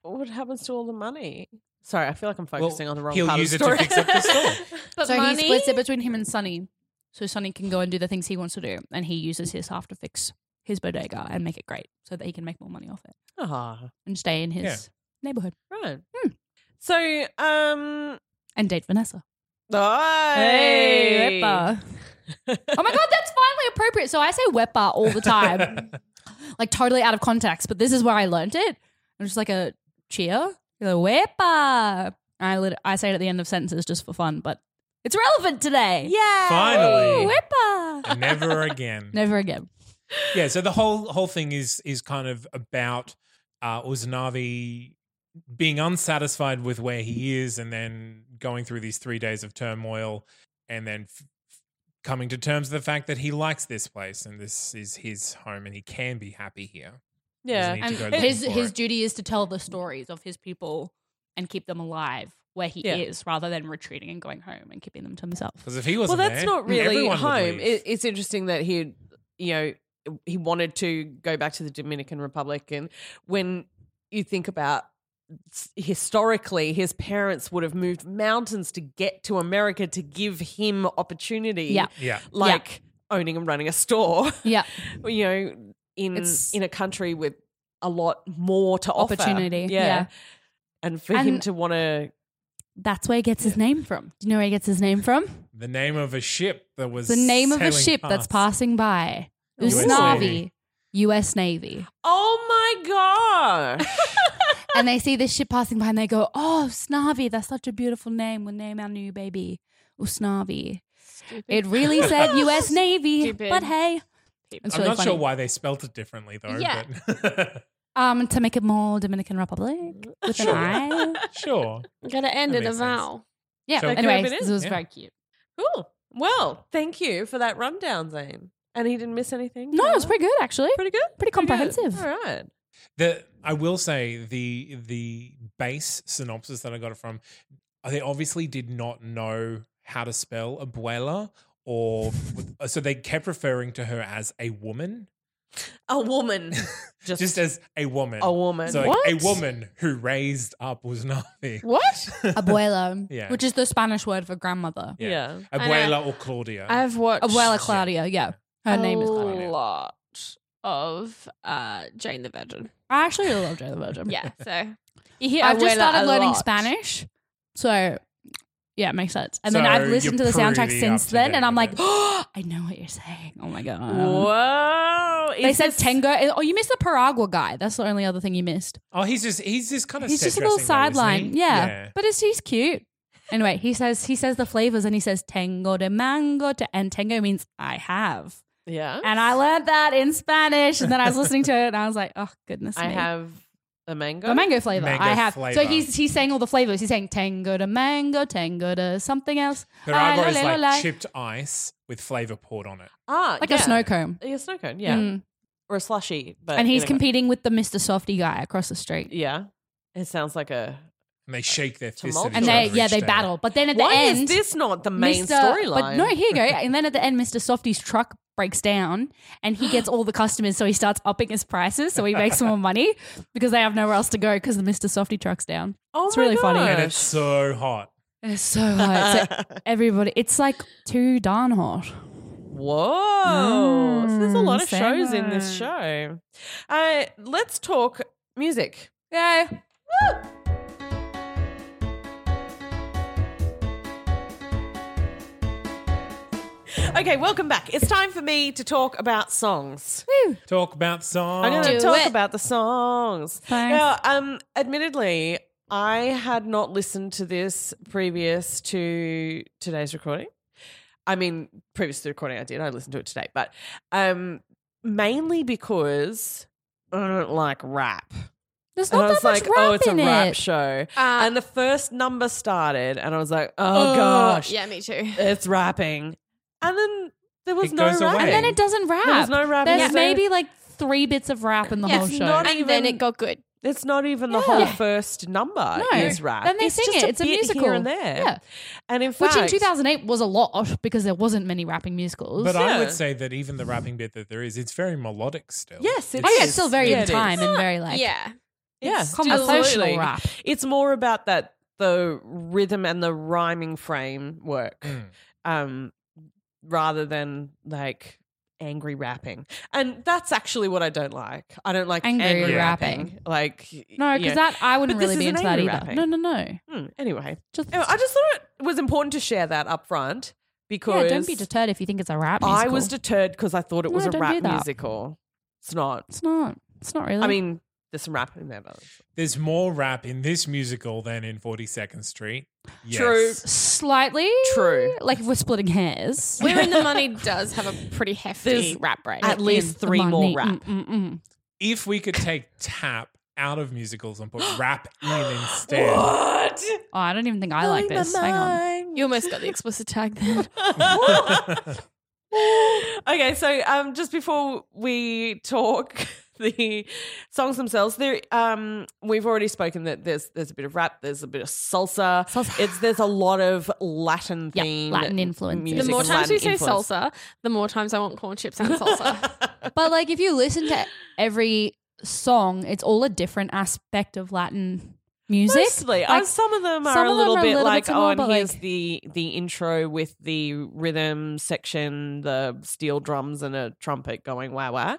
what happens to all the money? Sorry, I feel like I'm Well, focusing on the wrong he'll part use of it the to story. fix up the store. But so money. he splits it between him and Sonny. So Sonny can go and do the things he wants to do, and he uses his half to fix his bodega and make it great so that he can make more money off it Ah, and stay in his Yeah. neighborhood right. Hmm. So, um, and date Vanessa. hey, Wepa. oh my God, that's finally appropriate. So I say Wepa all the time, like totally out of context, but this is where I learned it. I'm just like a cheer. You're like, Wepa. I, lit- I say it at the end of sentences just for fun, but it's relevant today. yeah, Finally. Wepa. Never again. Never again. Yeah. So the whole whole thing is is kind of about uh, Uznavi being unsatisfied with where he is, and then going through these three days of turmoil, and then. F- f- Coming to terms with the fact that he likes this place and this is his home and he can be happy here. yeah. Need to go And looking his for his it. duty is to tell the stories of his people and keep them alive where he Yeah. is, rather than retreating and going home and keeping them to himself. Because if he Well, wasn't that's there, Mm, not really everyone would home. leave. It, it's interesting that he, you know, he wanted to go back to the Dominican Republic, and when you think about s- historically his parents would have moved mountains to get to america to give him opportunity Yeah. yeah, like owning and running a store Yeah, you know, in It's- in a country with a lot more to offer. Opportunity, yeah. And for him And- to want to, that's where he gets his name from. Do you know where he gets his name from? the name of a ship that was The name of a sailing ship that's past. passing by, US Usnavi, Navy. U.S. Navy, oh my gosh, and they see this ship passing by and they go, "Oh, Usnavi, that's such a beautiful name. We'll name our new baby Usnavi." It really said U.S. Navy, Stupid. but hey, it's I'm really not funny. sure why they spelt it differently though. Yeah. But Um, to make it more Dominican Republic with Sure. an I. sure. Gotta end That it a makes sense. vowel. Yeah. So- That could've anyway, been it. this was Yeah. very cute. cool. Well, thank you for that rundown, Zane. And he didn't miss anything. No, it was Taylor? pretty good actually. pretty good, Pretty comprehensive. All right. The I will say the the base synopsis that I got it from, they obviously did not know how to spell abuela or so they kept referring to her as a woman. A woman. Just, just as a woman. a woman. So like, a What? woman who raised up was nothing. What? Abuelo, Yeah. which is the Spanish word for grandmother. Yeah. yeah. Abuela or Claudia. I've watched Abuela Claudia, yeah. Her name is a Claudia. lot of uh, Jane the Virgin. I actually really love Jane the Virgin. Yeah, so you hear I've just abuela a started learning lot. Spanish. So yeah, it makes sense. And So then I've you're listened to the soundtrack pretty since up to then date and I'm like, with it. oh, I know what you're saying. Oh my god. Whoa. They is said this- Tango. Oh, you missed the Paragua guy. That's the only other thing you missed. oh, he's just he's just kind of he's just a little sideline. Yeah. yeah. But it's he's cute. Anyway, he says he says the flavors and he says tango de mango to, and tango means I have. Yeah. And I learned that in Spanish and then I was listening to it and I was like, oh goodness I me. have a mango. The mango flavor. Mango I have. So flavor. he's he's saying all the flavors. He's saying tango to mango, tango to something else. Piragua Ah, is la, la, like la, la. chipped ice with flavor poured on it. Ah, Like yeah. a snow cone. Yeah, snow cone. Yeah. Mm. Or a slushy. But And he's anyway. competing with the Mr. Softy guy across the street. Yeah. It sounds like a. And they shake their fists at Tumultuous. each And they other yeah, each they day. battle. But then at the Why end is this not the main Mr. storyline? But no, here you go. And then at the end, Mr. Softy's truck breaks down and he gets all the customers. So he starts upping his prices. So he makes some more money because they have nowhere else to go because the Mr. Softy truck's down. oh it's my really funny. And it's gosh. so hot. It's so hot. So everybody, it's like too darn hot. Whoa. So there's a Mm, lot of shows in this Sandra. show. Uh, let's talk music. Yeah. Okay, welcome back. It's time for me to talk about songs. Talk about songs. I'm going to Do talk it. about the songs. Thanks. Now, um, admittedly, I had not listened to this previous to today's recording. I mean, previous to the recording, I did. I listened to it today, but um, mainly because I don't like rap. There's and I not was that much like, rap oh, it's a in rap it. show. Uh, and the first number started, and I was like, oh, Oh, gosh, Yeah, me too. it's rapping. And then there was It no goes rapping. away. and then it doesn't rap. There's no rap. There's There's no- maybe like three bits of rap in the Yeah, whole it's show. not and then even- it got good. It's not even the Yeah. whole Yeah. first number No. is rap. Then they it's sing just it. It's a bit musical. here and there. Yeah. And in fact, Which in 2008 was a lot because there wasn't many rapping musicals. But I Yeah. would say that even the rapping bit that there is, it's very melodic still. Yes, it oh, yeah, is. it's still very Yeah, in it is. time and very like yeah. yeah, It's conversational absolutely. rap. It's more about that the rhythm and the rhyming framework, Mm. um, rather than like angry rapping. And that's actually what I don't like. I don't like angry, Angry rapping. rapping. Like No, because that I wouldn't But this really be isn't into that angry either. rapping. No, no, no. hmm, anyway, Just Anyway, Oh, I just thought it was important to share that up front because yeah, don't be deterred if you think it's a rap. I musical. was deterred because I thought it was No, a don't do rap that. musical. It's not. It's not. It's not really. I mean, there's some rap in there, but There's more rap in this musical than in 42nd Street. Yes. True. slightly True. Like if we're splitting hairs. Where in the Money does have a pretty hefty There's rap break. at least The three more money. rap. Mm, mm, mm. If we could take tap out of musicals and put rap in instead. What? Oh, I don't even think I like this. Hang on. you almost got the explicit tag there. okay, so um, just before we talk the songs themselves, there um, we've already spoken that there's there's a bit of rap, there's a bit of salsa. Salsa. It's there's a lot of Latin Yeah, theme, Latin influences. The music more and times Latin we say influence. salsa, the more times I want corn chips and salsa. But like if you listen to every song, it's all a different aspect of Latin music. Mostly, Like, Uh, some of them are some a of them little are a bit little like, bit oh, similar, and but, here's like- the the intro with the rhythm section, the steel drums and a trumpet going wah wah.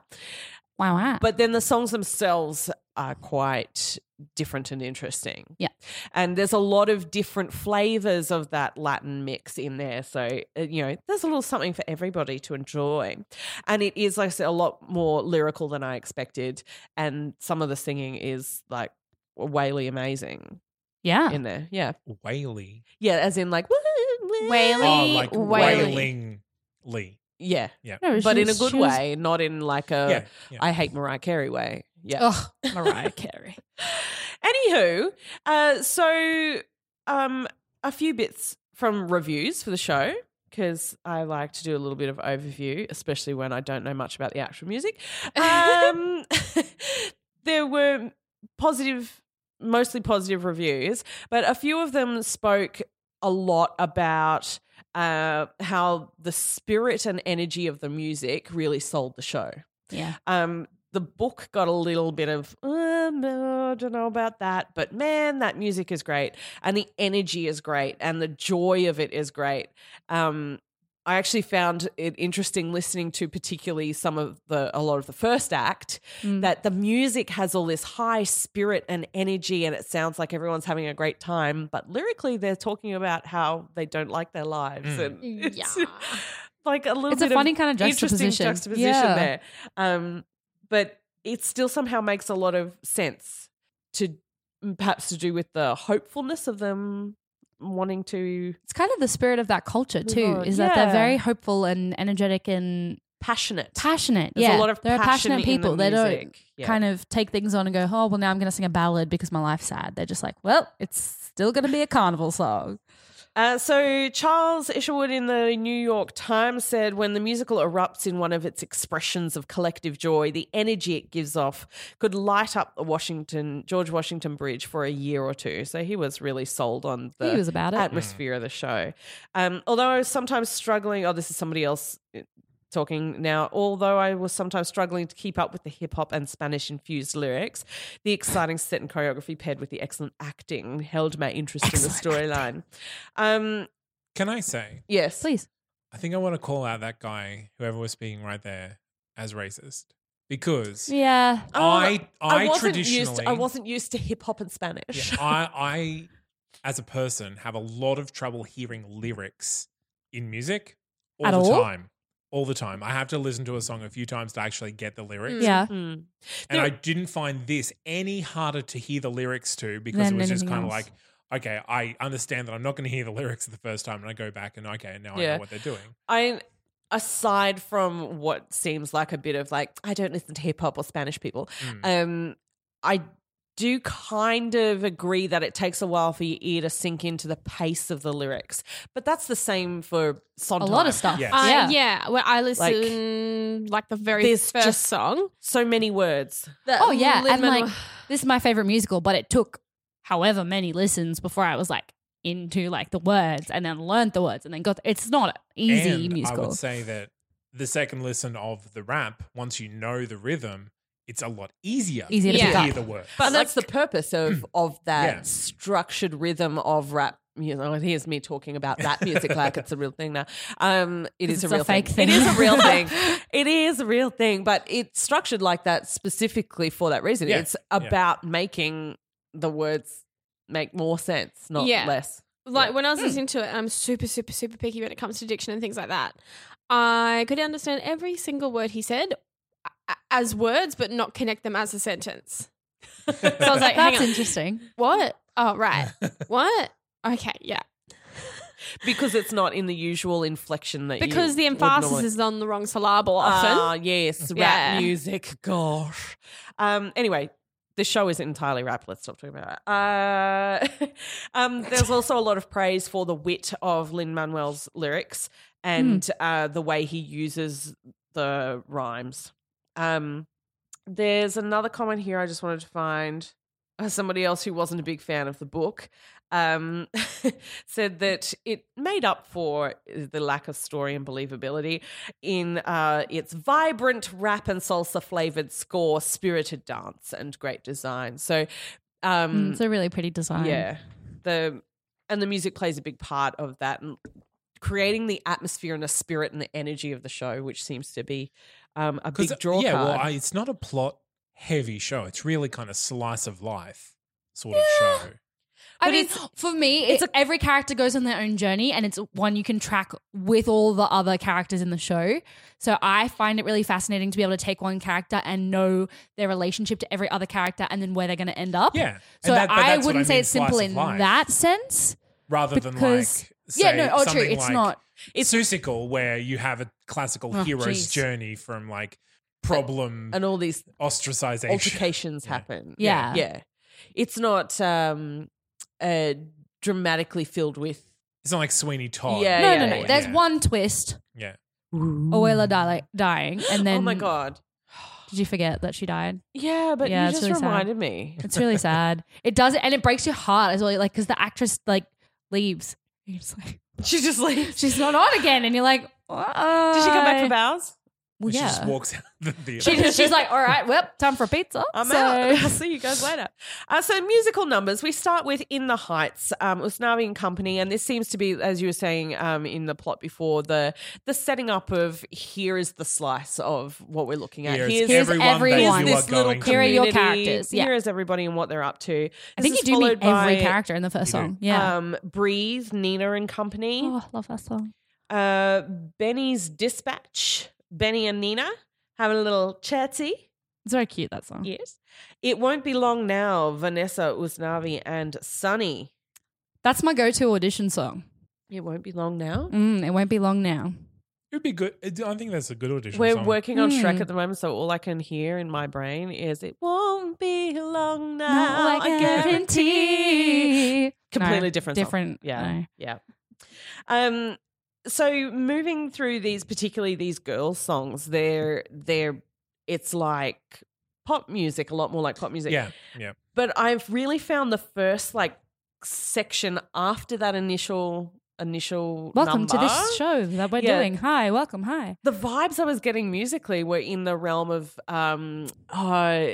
wow, wow. But then the songs themselves are quite different and interesting. Yeah. and there's a lot of different flavors of that Latin mix in there. So uh, you know, there's a little something for everybody to enjoy, and it is like I said, a lot more lyrical than I expected, and some of the singing is like. Whaley amazing yeah. in there. Yeah. Whaley. Yeah, as in like Whaley. Oh, like Whaley. wailingly. Yeah. No, she But in a was- good she was- way, not in like Yeah. a Uh, I yeah. hate Mariah Carey way. Yeah. Ugh, Mariah Carey. Anywho, uh so um a few bits from reviews for the show. Because I like to do a little bit of overview, especially when I don't know much about the actual music. Um, there were positive, mostly positive reviews, but a few of them spoke a lot about uh, how the spirit and energy of the music really sold the show. Yeah. Um, the book got a little bit of, "Uh, no, I don't know about that, but man, that music is great. And the energy is great. And the joy of it is great. Um, I actually found it interesting listening to particularly some of the, a lot of the first act, Mm. that the music has all this high spirit and energy and it sounds like everyone's having a great time but lyrically they're talking about how they don't like their lives Mm. and it's Yeah. like a little It's a bit funny of kind of interesting juxtaposition. juxtaposition Yeah. there um but it still somehow makes a lot of sense to mm, perhaps to do with the hopefulness of them wanting to It's kind of the spirit of that culture Move too, on. is that they're Yeah. very hopeful and energetic and passionate passionate. there's a yeah, lot of they're passion passionate people. in the they don't music. Yeah. kind of take things on and go, oh well, now I'm going to sing a ballad because my life's sad. They're just like, well, it's still going to be a carnival song. Uh, so Charles Isherwood in the New York Times said, "When the musical erupts in one of its expressions of collective joy, the energy it gives off could light up the Washington George Washington Bridge for a year or two. So he was really sold on the he was about it. atmosphere of the show. Um, although I was sometimes struggling. Oh, this is somebody else uh, talking now. Although I was sometimes struggling to keep up with the hip hop and Spanish infused lyrics, the exciting set and choreography paired with the excellent acting held my interest in the storyline. Um, Can I say? yes, Please, I think I want to call out that guy, whoever was speaking right there, as racist because yeah, Oh, I, I, wasn't used. traditionally, To, I wasn't used to hip hop and Spanish. Yeah, I, I, as a person, have a lot of trouble hearing lyrics in music all At the all? time. All the time. I have to listen to a song a few times to actually get the Mm. lyrics. Mm. yeah. Hmm. And There- I didn't find this any harder to hear the lyrics to because Than it was just anything kind of else. like, okay, I understand that I'm not going to hear the lyrics the first time. And I go back and, okay, now I Yeah. know what they're doing. I aside from what seems like a bit of like I don't listen to hip hop or Spanish people. Mm. Hmm. Uh, Um I do kind of agree that it takes a while for your ear to sink into the pace of the lyrics. But that's the same for a Sondheim. lot of stuff. Yes. Uh, Yeah. yeah. When I listen, like, the very There's first just- song. So many words. that Oh yeah, and Lin-Manuel- like this is my favorite musical, but it took however many listens before I was like into like the words and then learned the words and then got. It's not an easy and I musical. would say that the second listen of the rap, once you know the rhythm, it's a lot easier Easier to to pick hear up. the words. But that's the purpose of of that mm, Yeah. structured rhythm of rap. You know, and here's me talking about rap music like it's a real thing now. Um, it is It's a a real fake thing. It is a real thing. it is a real thing, but it's structured like that specifically for that reason. Yeah. It's Yeah. about making the words make more sense, not Yeah. less. like Yeah. when I Hmm. was listening to it, and I'm super, super, super picky when it comes to diction and things like that. I could understand every single word he said a- as words, but not connect them as a sentence. so I was like, hang That's on, interesting. what? Oh, right. what? Okay, yeah. Because it's not in the usual inflection that you Because the would emphasis normally- is on the wrong syllable often. Ah, yes, rap Yeah. music. Gosh. Um. Anyway, the show is entirely rap. Let's stop talking about that. Uh, um. There's also a lot of praise for the wit of Lin Manuel's lyrics and Hmm. uh, the way he uses the rhymes. Um. There's another comment here I just wanted to find. Uh, Somebody else who wasn't a big fan of the book um, said that it made up for uh, the lack of story and believability in uh, its vibrant rap and salsa flavored score, spirited dance, and great design. So, Mm, um, it's a really pretty design. yeah, the and the music plays a big part of that, and creating the atmosphere and the spirit and the energy of the show, which seems to be um, a 'Cause, uh, big draw yeah, card. well, I, it's not a plot heavy show. It's really kind of slice of life sort of show. I But mean, for me, it's every character goes on their own journey, and it's one you can track with all the other characters in the show. So I find it really fascinating to be able to take one character and know their relationship to every other character, and then where they're going to end up. Yeah. And So that- but I that's what wouldn't say mean, it's simple slice of in life, that sense. rather than like because- say yeah, no, oh, true. something It's like not. It's Susical, where you have a classical Oh, hero's geez. journey from like problem and all these ostracization. altercations Mm-hmm. Yeah. happen. Yeah. yeah. It's not um, uh, dramatically filled with. It's not like Sweeney Todd. Yeah, no, yeah, no, no. yeah. There's Yeah. one twist. Yeah. Oela di- dying, and then oh my god. did you forget that she died? Yeah, but Yeah, you it's just really sad. reminded me. It's really sad. It does, and it breaks your heart as well. Like because the actress like leaves. You're just like She just leaves. she's not on again, and you're like, Did she come back "Why?" for bows? Well, And She yeah. just walks out the theater. She just, she's like, all right, well, time for pizza. I'm so, out. I'll see you guys later. Uh, so, musical numbers. We start with In the Heights, um, Usnavi and Company. And this seems to be, as you were saying um, in the plot before, the the setting up of here is the slice of what we're looking at. Here's Here's everyone that you everyone. are Here's this little going to Here are community. your characters, yeah. Here is everybody and what they're up to. I This think you is do meet followed every by, character in the first You do. song. Yeah. Um, Breathe, Nina and Company. oh, I love that song. Uh, Benny's Dispatch. Benny and Nina having a little chatty. It's very cute, that song. Yes. It won't be long now, Vanessa Usnavi and Sunny. That's my go to audition song. It won't be long now. Mm, it won't be long now. It would be good. I don't think that's a good audition. We're song. working on Shrek Mm. at the moment, so all I can hear in my brain is it won't be long now. No, I guarantee. Completely No, different. song. Different. Yeah. no. Yeah. Um so moving through these particularly these girls songs, they're they're it's like pop music, a lot more like pop music. Yeah, yeah. but I've really found the first like section after that initial initial Welcome to number, this show that we're Yeah. doing. Hi, welcome. Hi. The vibes I was getting musically were in the realm of um uh,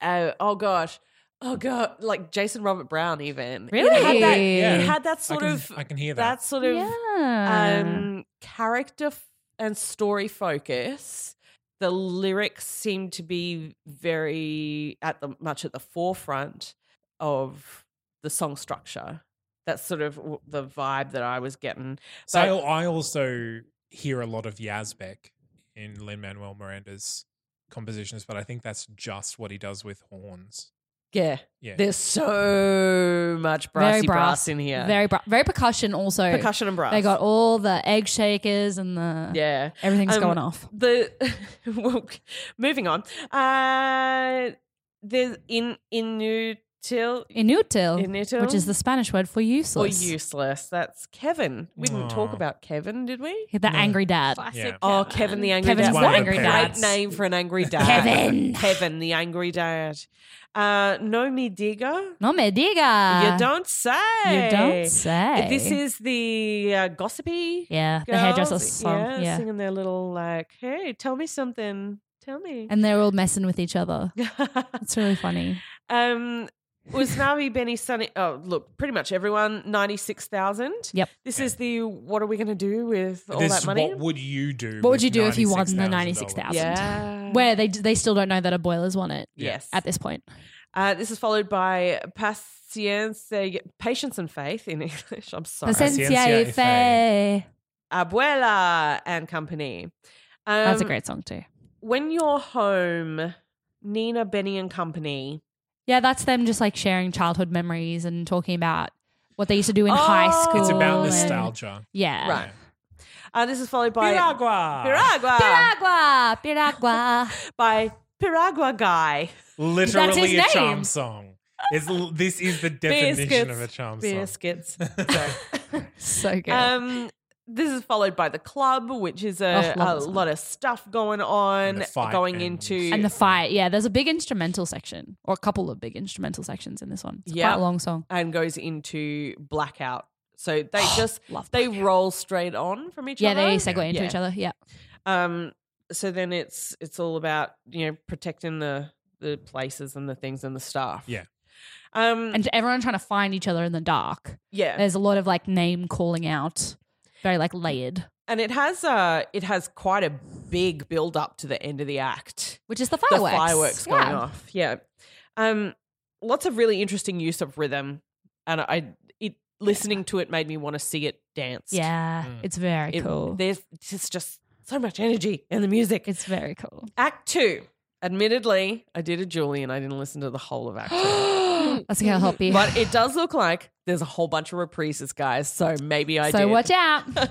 uh oh gosh. Oh god, like Jason Robert Brown even. It had that, Really? Yeah. it had that I sort can, of I can hear that. that sort of yeah. um character f- and story focus. The lyrics seem to be very at the much at the forefront of the song structure. That's sort of w- the vibe that I was getting. So But- I also hear a lot of Yazbek in Lin Manuel Miranda's compositions, but I think that's just what he does with horns. Yeah, Yeah. there's so much brassy very brass, in here. Very bra- very percussion also. percussion and brass. They got all the egg shakers and the yeah. everything's Um, going off. the well, moving on. Uh, there's in inutil Inútil, Inútil? which is the Spanish word for or useless. useless. That's Kevin. We didn't talk Aw. about Kevin, did we? The angry dad. Classic. Yeah. Oh, Kevin the Angry um, Dad. Kevin's one of the Angry great dads. name for an angry dad. Kevin. Kevin the Angry Dad. Uh, no me diga. No me diga. you don't say. You don't Uh, say. This is the uh, gossipy. yeah, the girls. hairdresser song. Yeah, singing their little like, hey, tell me something. Tell me. and they're all messing with each other. It's really funny. um, Usnavi, Benny, Sunny. Oh, look, pretty much everyone. Ninety-six thousand. Yep. This is the what are we going to do with all This that is money? What would you do? What would with you do if you won the $96,000? ninety six thousand? yeah. Where they they still don't know that a boiler's won it Mm. Yes. at this point. Uh, this is followed by paciencia, patience and faith in English. I'm sorry. Paciencia Paciencia y y fe. fe. Abuela and company. Um, That's a great song too. When you're home, Nina, Benny and company. Yeah, that's them just like sharing childhood memories and talking about what they used to do in high Oh, school. It's about and- nostalgia. Yeah. Right. Uh, this is followed by Piragua. Piragua. Ah. Piragua, piragua. by Piragua guy. Literally a his name. charm song. It's, l- this is the definition of a Biscuits. charm Biscuits. Sorry. so good. um, this is followed by the club, which is a, Oh, love a this one. lot of stuff going And on, the fight going and- into and the fight. Yeah, there's a big instrumental section or a couple of big instrumental sections in this one. It's Yeah. quite a long song. and goes into blackout. So they just Love they roll straight on from each Yeah, other. they segue into Yeah. each other. Yeah. Um, so then it's it's all about you know protecting the the places and the things and the stuff. Yeah. Um. And everyone trying to find each other in the dark. yeah. There's a lot of like name calling out, very like layered, And it has uh it has quite a big build up to the end of the act. which is the fireworks. The fireworks going Yeah. off. Yeah. Um. Lots of really interesting use of rhythm, and I it listening to it made me want to see it dance. Yeah, Mm. it's very It- cool. There's just just so much energy in the music. It's very cool. Act two. Admittedly, I did a Julie and I didn't listen to the whole of Act two. That's okay, I'll help you. but it does look like there's a whole bunch of reprises, guys. So maybe I so did. watch out. Oh,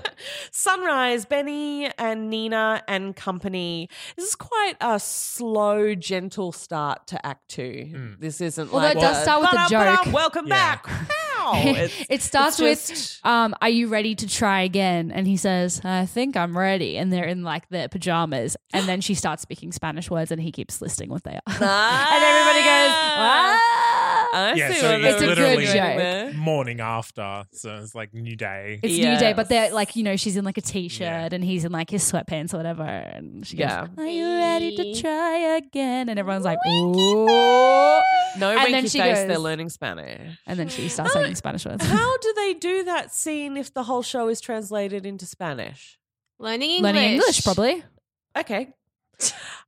Sunrise, Benny and Nina and company. This is quite a slow, gentle start to Act two. Mm. This isn't Although like it does a, start with a "Ba-da-ba-da, joke. Welcome Yeah. back. Wow. It's- it starts it's just- with, um, "Are you ready to try again?" And he says, "I think I'm ready." And they're in like their pajamas, and then she starts speaking Spanish words, and he keeps listing what they are, and everybody goes, Ah. "Ah!" I Yeah, see so what it's they were literally- doing there. morning after, so it's like new day. It's New Day, but they're Yes. like, you know, she's in like a t shirt Yeah. and he's in like his sweatpants or whatever. And she goes, Yeah. Are you ready to try again? And everyone's like, Ooh. No And winky then she face, goes- they're learning Spanish. And then she starts saying Spanish words. How do they do that scene if the whole show is translated into Spanish? Learning English. Learning English, probably. Okay.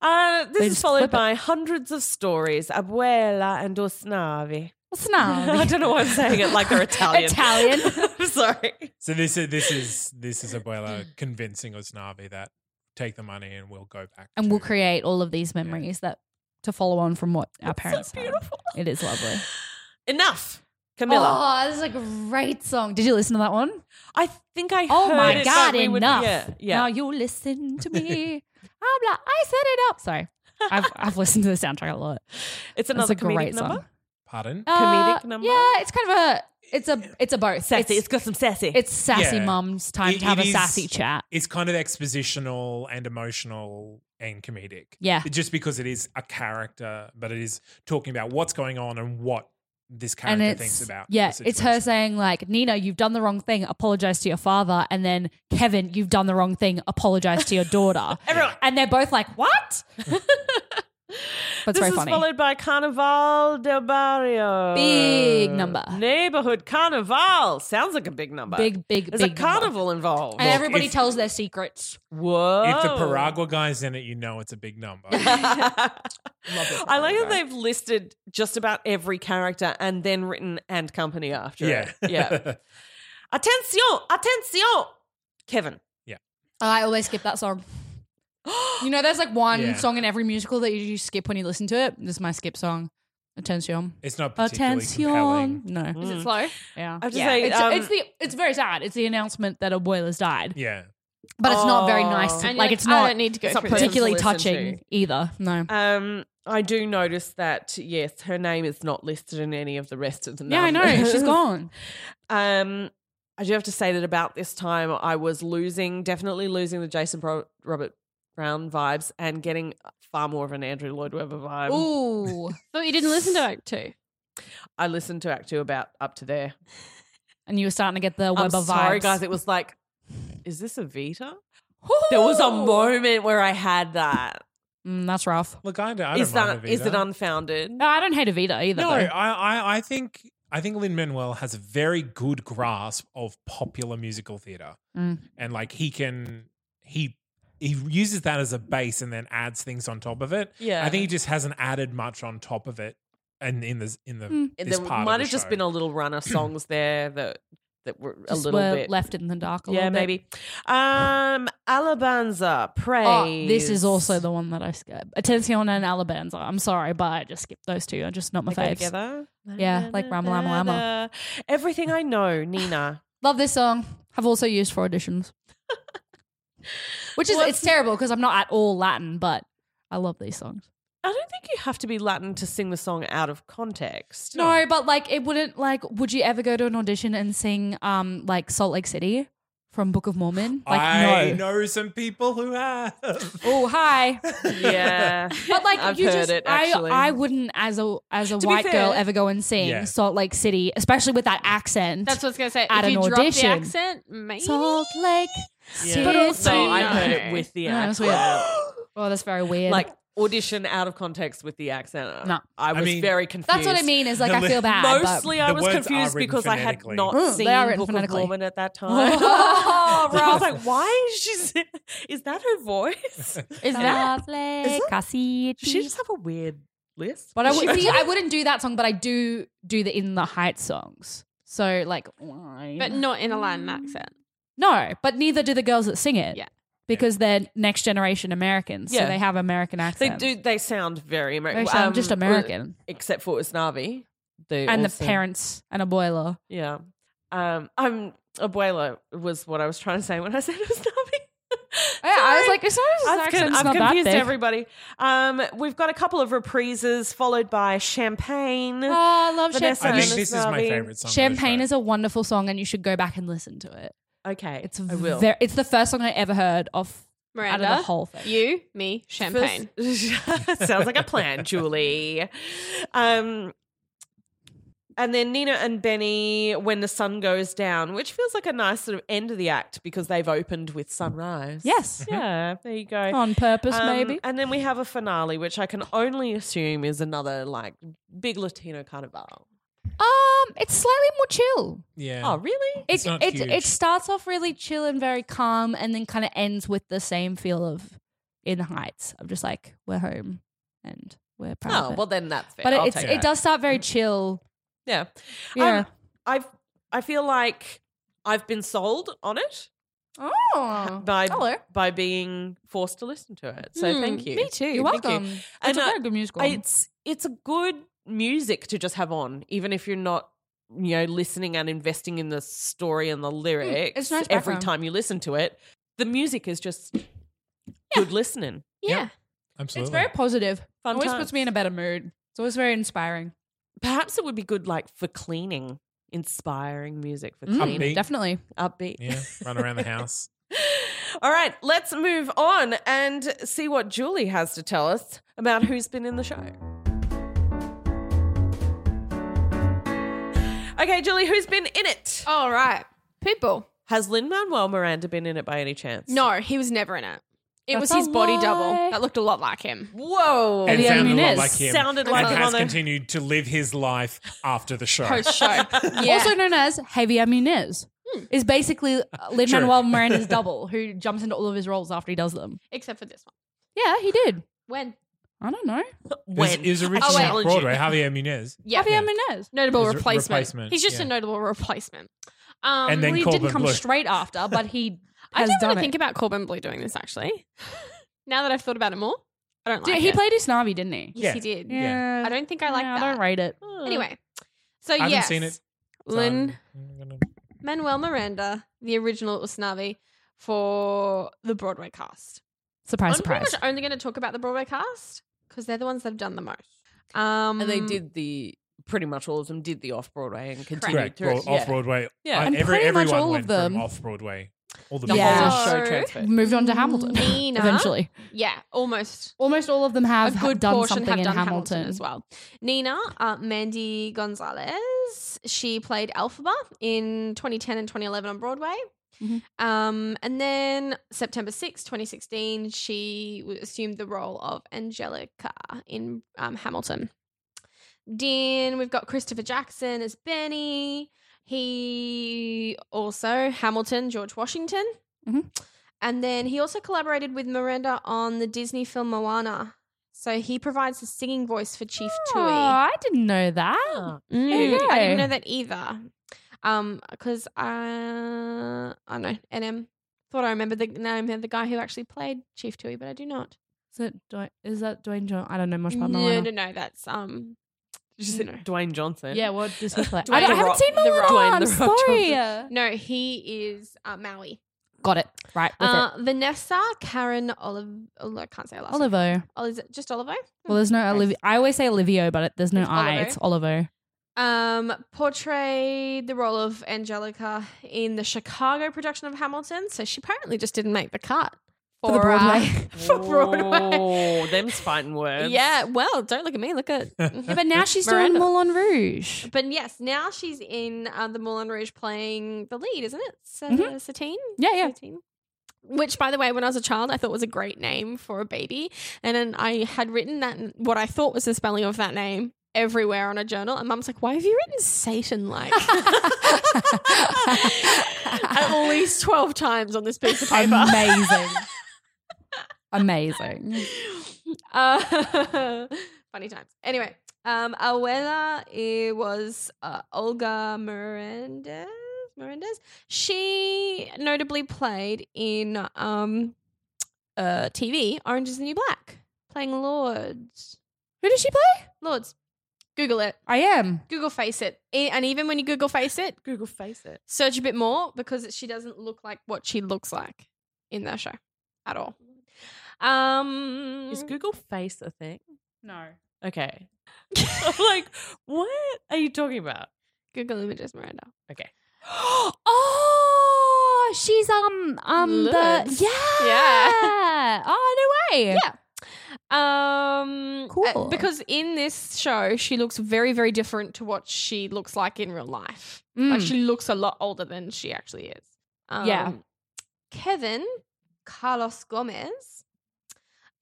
Uh, this They is just followed flip it. by hundreds of stories, Abuela and Osnavi. What's now? I don't know why I'm saying it like they're Italian. Italian. I'm sorry. So this is this is this is Abuela convincing Osnavi that take the money and we'll go back and we'll to- create all of these memories that to follow on from what our parents It's so had. beautiful. It is lovely. Enough. Camilla. Oh, this is a great song. Did you listen to that one? I think I Oh heard my it, god, but we would- enough. yeah, yeah. Now you listen to me. I'm like, I set it up. Sorry. I've I've listened to the soundtrack a lot. it's It's another a comedic great number. song. Pardon? Comedic number? Uh, Yeah, it's kind of a it's a it's a both. Sassy. It's, it's got some sassy. it's sassy Yeah. mum's time It- to have it a is- sassy chat. It's kind of expositional and emotional and comedic. Yeah. Just because it is a character, but it is talking about what's going on and what this And character thinks it's about. the yeah, it's her situation. saying like Nina, you've done the wrong thing. Apologize to your father, and then Kevin, you've done the wrong thing. Apologize to your daughter. Everyone. and they're both like, what? But this it's very is funny. followed by Carnaval del Barrio. Big number. Neighborhood Carnaval. Sounds like a big number. big, big, There's big a number. carnival involved. and everybody if- tells their secrets. Whoa. If "Oh." the Paragua guy's in it, you know it's a big number. I like that they've listed just about every character and then written and company after. yeah. It. Yeah. Atención, atención, Kevin. Oh, I always skip that song. You know, there's like one Yeah. song in every musical that you just skip when you listen to it. This is my skip song. Attention. It's not particularly Attention. compelling. No. Is it slow? Yeah. I'm just saying, Hmm. it's, um, it's the it's very sad. It's the announcement that Abuela's died. Yeah. But it's not very Oh. nice. to- And you're like, it's I not don't need to go it's not through this. particularly to listen to. touching either. No. Um, I do notice that yes, her name is not listed in any of the rest of the yeah, I know. numbers. She's gone. Um, I do have to say that about this time, I was losing, definitely losing the Jason Bro- Robert Brown vibes and getting far more of an Andrew Lloyd Webber Um, vibe. Ooh. Thought you didn't listen to Act Two. I listened to Act Two about up to there. and you were starting to get the Weber I'm sorry, vibes. guys. It was like, is this a Vita? There was a Ooh. moment where I had that. Mm, that's rough. Look, I don't, I don't Is mind that it is it either. unfounded? No, I don't hate Evita either. No, though. I, I, I think I think Lin Manuel has a very good grasp of popular musical theater, Mm. and like he can he he uses that as a base and then adds things on top of it. Yeah. I think he just hasn't added much on top of it, and in this in the Mm. this there part might of the have just show. been a little run of songs there that that were a Just little were bit left in the dark. A yeah, little bit. maybe. Um, Alabanza, praise. Oh, this is also the one that I skipped. Atención and Alabanza. I'm sorry, but I just skipped those two. Are just not my They go faves. together. Yeah, like Rama Lama Lama. Everything I know, Nina. Love this song. I've also used for auditions, which is What's- it's terrible because I'm not at all Latin, but I love these songs. I don't think you have to be Latin to sing the song out of context. No, but like it wouldn't like. Would you ever go to an audition and sing um like Salt Lake City from Book of Mormon? Like I no. know some people who have. Oh hi. Yeah. But like I've you heard just, it, I actually. I wouldn't as a as a To be white girl fair- ever go and sing Yeah. Salt Lake City, especially with that accent. That's what I was gonna say. At if an you drop the audition. accent, maybe. Salt Lake City. yeah. But also- no, I heard No. it with the No, that's accent. oh, that's very weird. like audition out of context with the accent. No. I was mean- very confused. that's what I mean. Is like The I feel li- bad. but- Mostly, I The was words are confused written because I had phonetically. not Mm, they seen are written Book of phonetically. Mormon at that time. Oh, So I was like, why is she? si- Is that her voice? is that Lake Does she just have a weird list? But I would see. I wouldn't do that song, but I do do the In the Heights songs. So like, But not in a Latin Mm. accent. no, but neither do the girls that sing it. Yeah. Because they're next generation Americans, so Yeah. they have American They accents. do. They sound very American. They uh, sound just American. except for Usnavi. They and all the sound- parents and abuela. Yeah. Um. I'm abuela was what I was trying to say when I said Usnavi. Oh, Yeah, I was Sorry. like, it's not, I've, his con- accent's I've not that confused thick. everybody. Um, we've got a couple of reprises followed by champagne. Oh, I love Vanessa I champagne. think Simon this is my Snobby. favorite song. Champagne is a a wonderful song, and you should go back and listen to it. okay, It's I will. ver- it's the first song I ever heard of Miranda, out of the whole thing. you, me, champagne. First- Sounds like a plan, Julie. Um, And then Nina and Benny, when the sun goes down, which feels like a nice sort of end of the act because they've opened with sunrise. Yes. Yeah, there you go. On purpose, Um, maybe. And then we have a finale, which I can only assume is another like big Latino carnival. Um, it's slightly more chill. Yeah. Oh, really? It It's not it huge. it starts off really chill and very calm, and then kind of ends with the same feel of in the heights. of just like we're home and we're proud. of Oh, it. well then that's fair. but I'll it, it's, take it that. does start very chill. Yeah. Yeah. Um, I've I feel like I've been sold on it oh, by hello. by being forced to listen to it. So Hmm, Mm, thank you. Me too. You're Thank you. welcome. And It's a I- very good musical. I- it's it's a good music to just have on, even if you're not you know listening and investing in the story and the lyrics. Hmm. it's nice every background. time you listen to it. The music is just good listening. Yeah. Absolutely. it's very positive. Fun always times. puts me in a better mood. It's always very inspiring. Perhaps it would be good like for cleaning, inspiring music for Mm, cleaning, Upbeat. Definitely. upbeat. Yeah. Run around the house. All right, let's move on and see what Julie has to tell us about who's been in the show. Okay, Julie, who's been in it? All right. People. Has Lin Manuel Miranda been in it by any chance? No, he was never in it. It That's was his a body double lie. that looked a lot like him. Whoa. And Eddie sounded a lot Munez. like him. Sounded and like him on has a- continued to live his life after the show. Post show. yeah. Also known as Javier Muniz. Is basically Lin Manuel Miranda's double, who jumps into all of his roles after he does them. except for this one. Yeah, he did. When? I don't know. Is, When? is I originally challenge you. Broadway, Javier Munez. Yeah. Javier Muniz. Notable His re- replacement. replacement, He's just yeah. a notable replacement. Um, And then Well, he Corbin didn't come Bleu. straight after, but he I has don't done want to it. think about Corbin Blue doing this actually. now that I've thought about it more, I don't Did- like he it. played his snobby, didn't he? Yes, he Yeah. did. Yeah. I don't think I like No, that. I Hmm. don't rate it. Anyway, so I haven't yes, seen it. so Lynn I'm gonna- Manuel Miranda, the original Usnavi for the Broadway cast. Surprise, I'm pretty surprise. much only going to talk about the Broadway cast because they're the ones that've done the most. Um, And they did the, pretty much all of them did the off Broadway and continued Correct. through Well, it. off Broadway. Yeah. I- And every, pretty much everyone all of went them. from off Broadway. All the The big Yeah. ones. whole show So- transferred. Moved on to Hamilton. Nina. Eventually. Yeah, almost. Almost all of them have a good done portion something have in done Hamilton. Hamilton. as well. Nina, uh, Mandy Gonzalez, she played Alphaba in 2010 and 2011 on Broadway. Mhm. Um, and then September 6, 2016, she w- assumed the role of Angelica in um, Hamilton. Dean, we've got Christopher Jackson as Benny. He also, Hamilton, George Washington. Mm-hmm. Mhm. And then he also collaborated with Miranda on the Disney film Moana. So he provides the singing voice for Chief Oh, Tui. I didn't know that. Mm, Yeah. I didn't know that either. Um, because I, I don't know, NM thought I remembered the name of the guy who actually played Chief Tui, but I do not. Is, it Dwayne, is that Dwayne John? I don't know much No, about no, Moana. no, that's um, Did you say no. Dwayne Johnson? Yeah, what does he play? Dwayne I, don't, The I haven't Rock- seen The Moana. Rock- Dwayne I'm The Rock sorry. No, he is uh, Maui. Got it. Right. With Uh, Vanessa, Karen, Olive. Oh, I can't say her it. last. name. Olivo. Oh, is it just Olivo? Well, there's no Olivia. I always say Olivio, but it, there's no It's I. Olivo. It's Olivo. Um, portrayed the role of Angelica in the Chicago production of Hamilton. So she apparently just didn't make the cut For the uh, Broadway. for Broadway. Oh, them's fighting words. Yeah. Well, don't look at me. Look at. Yeah, but now she's Miranda. doing Moulin Rouge. But yes, now she's in uh, the Moulin Rouge playing the lead, isn't it? So, Mhm. Satine. Yeah, yeah. Satine. Which, by the way, when I was a child, I thought was a great name for a baby, and then I had written that what I thought was the spelling of that name everywhere on a journal, and Mum's like, "Why have you written Satan like?" At least twelve times on this piece of paper. Amazing. Amazing. Uh, funny times. Anyway, um, Abuela, it was uh, Olga Mirandez. Mirandez. She notably played in um, uh, TV Orange is the New Black, playing Lords. Who does she play? Lords. Google it. I am. Google Face It. E- And even when you Google Face It, Google Face it. search a bit more because she doesn't look like what she looks like in that show at all. Um, Is Google Face a thing? No. Okay. I'm like, what are you talking about? Google Images Miranda. Okay. oh, she's um um Liz. the yeah Yeah. Oh no way. Yeah. Um, uh, Cool. Because in this show, she looks very, very different to what she looks like in real life. Like Mm. she looks a lot older than she actually is. Um, Yeah. Kevin Carlos Gomez.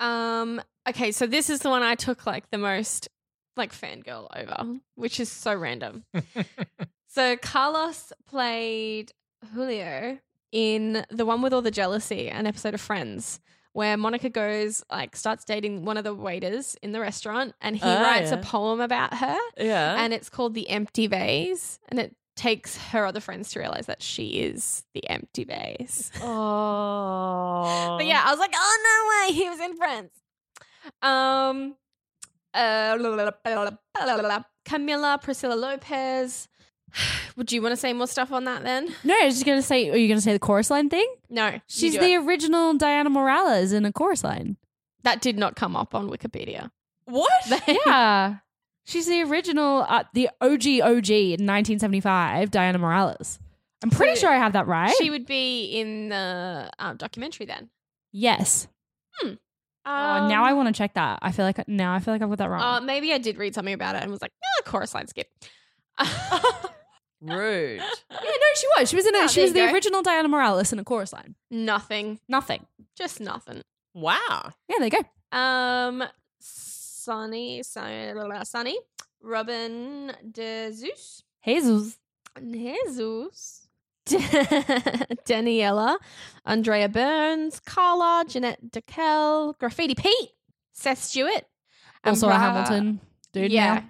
Um. Okay, so this is the one I took like the most like fangirl over, which is so random. so Carlos played Julio in the one with all the jealousy, an episode of Friends, where Monica goes like starts dating one of the waiters in the restaurant, and he Oh, writes yeah. a poem about her, Uh-huh. Yeah. and it's called "The Empty Vase," and it takes her other friends to realize that she is the empty vase. oh. But yeah, I was like, oh no way, he was in France. Um, uh, Camilla Priscilla Lopez. Would you want to say more stuff on that then? No, I was just gonna say. Are you gonna say the chorus line thing? No, you She's do the it. original Diana Morales in a chorus line. that did not come up on Wikipedia. What? yeah. She's the original, uh, the OG OG in 1975, Diana Morales. I'm pretty So sure I have that right. She would be in the um, documentary then. yes. Oh, Um, now I want to check that. I feel like now I feel like I've got that wrong. Uh, maybe I did read something about it and was like, no, chorus line skip. Rude. yeah, no, she was. She was in a, Oh, She there was you the go. original Diana Morales in a chorus line. nothing, Nothing. just nothing. Wow. Yeah, there you go. Um, Sonny, Sonny, Sonny, Robin de Zeus, Hazel's. Jesus, Daniela, Andrea Burns, Carla, Jeanette DeKell, Graffiti Pete, Seth Stewart, Also a Ambra- Hamilton dude. Yeah. now.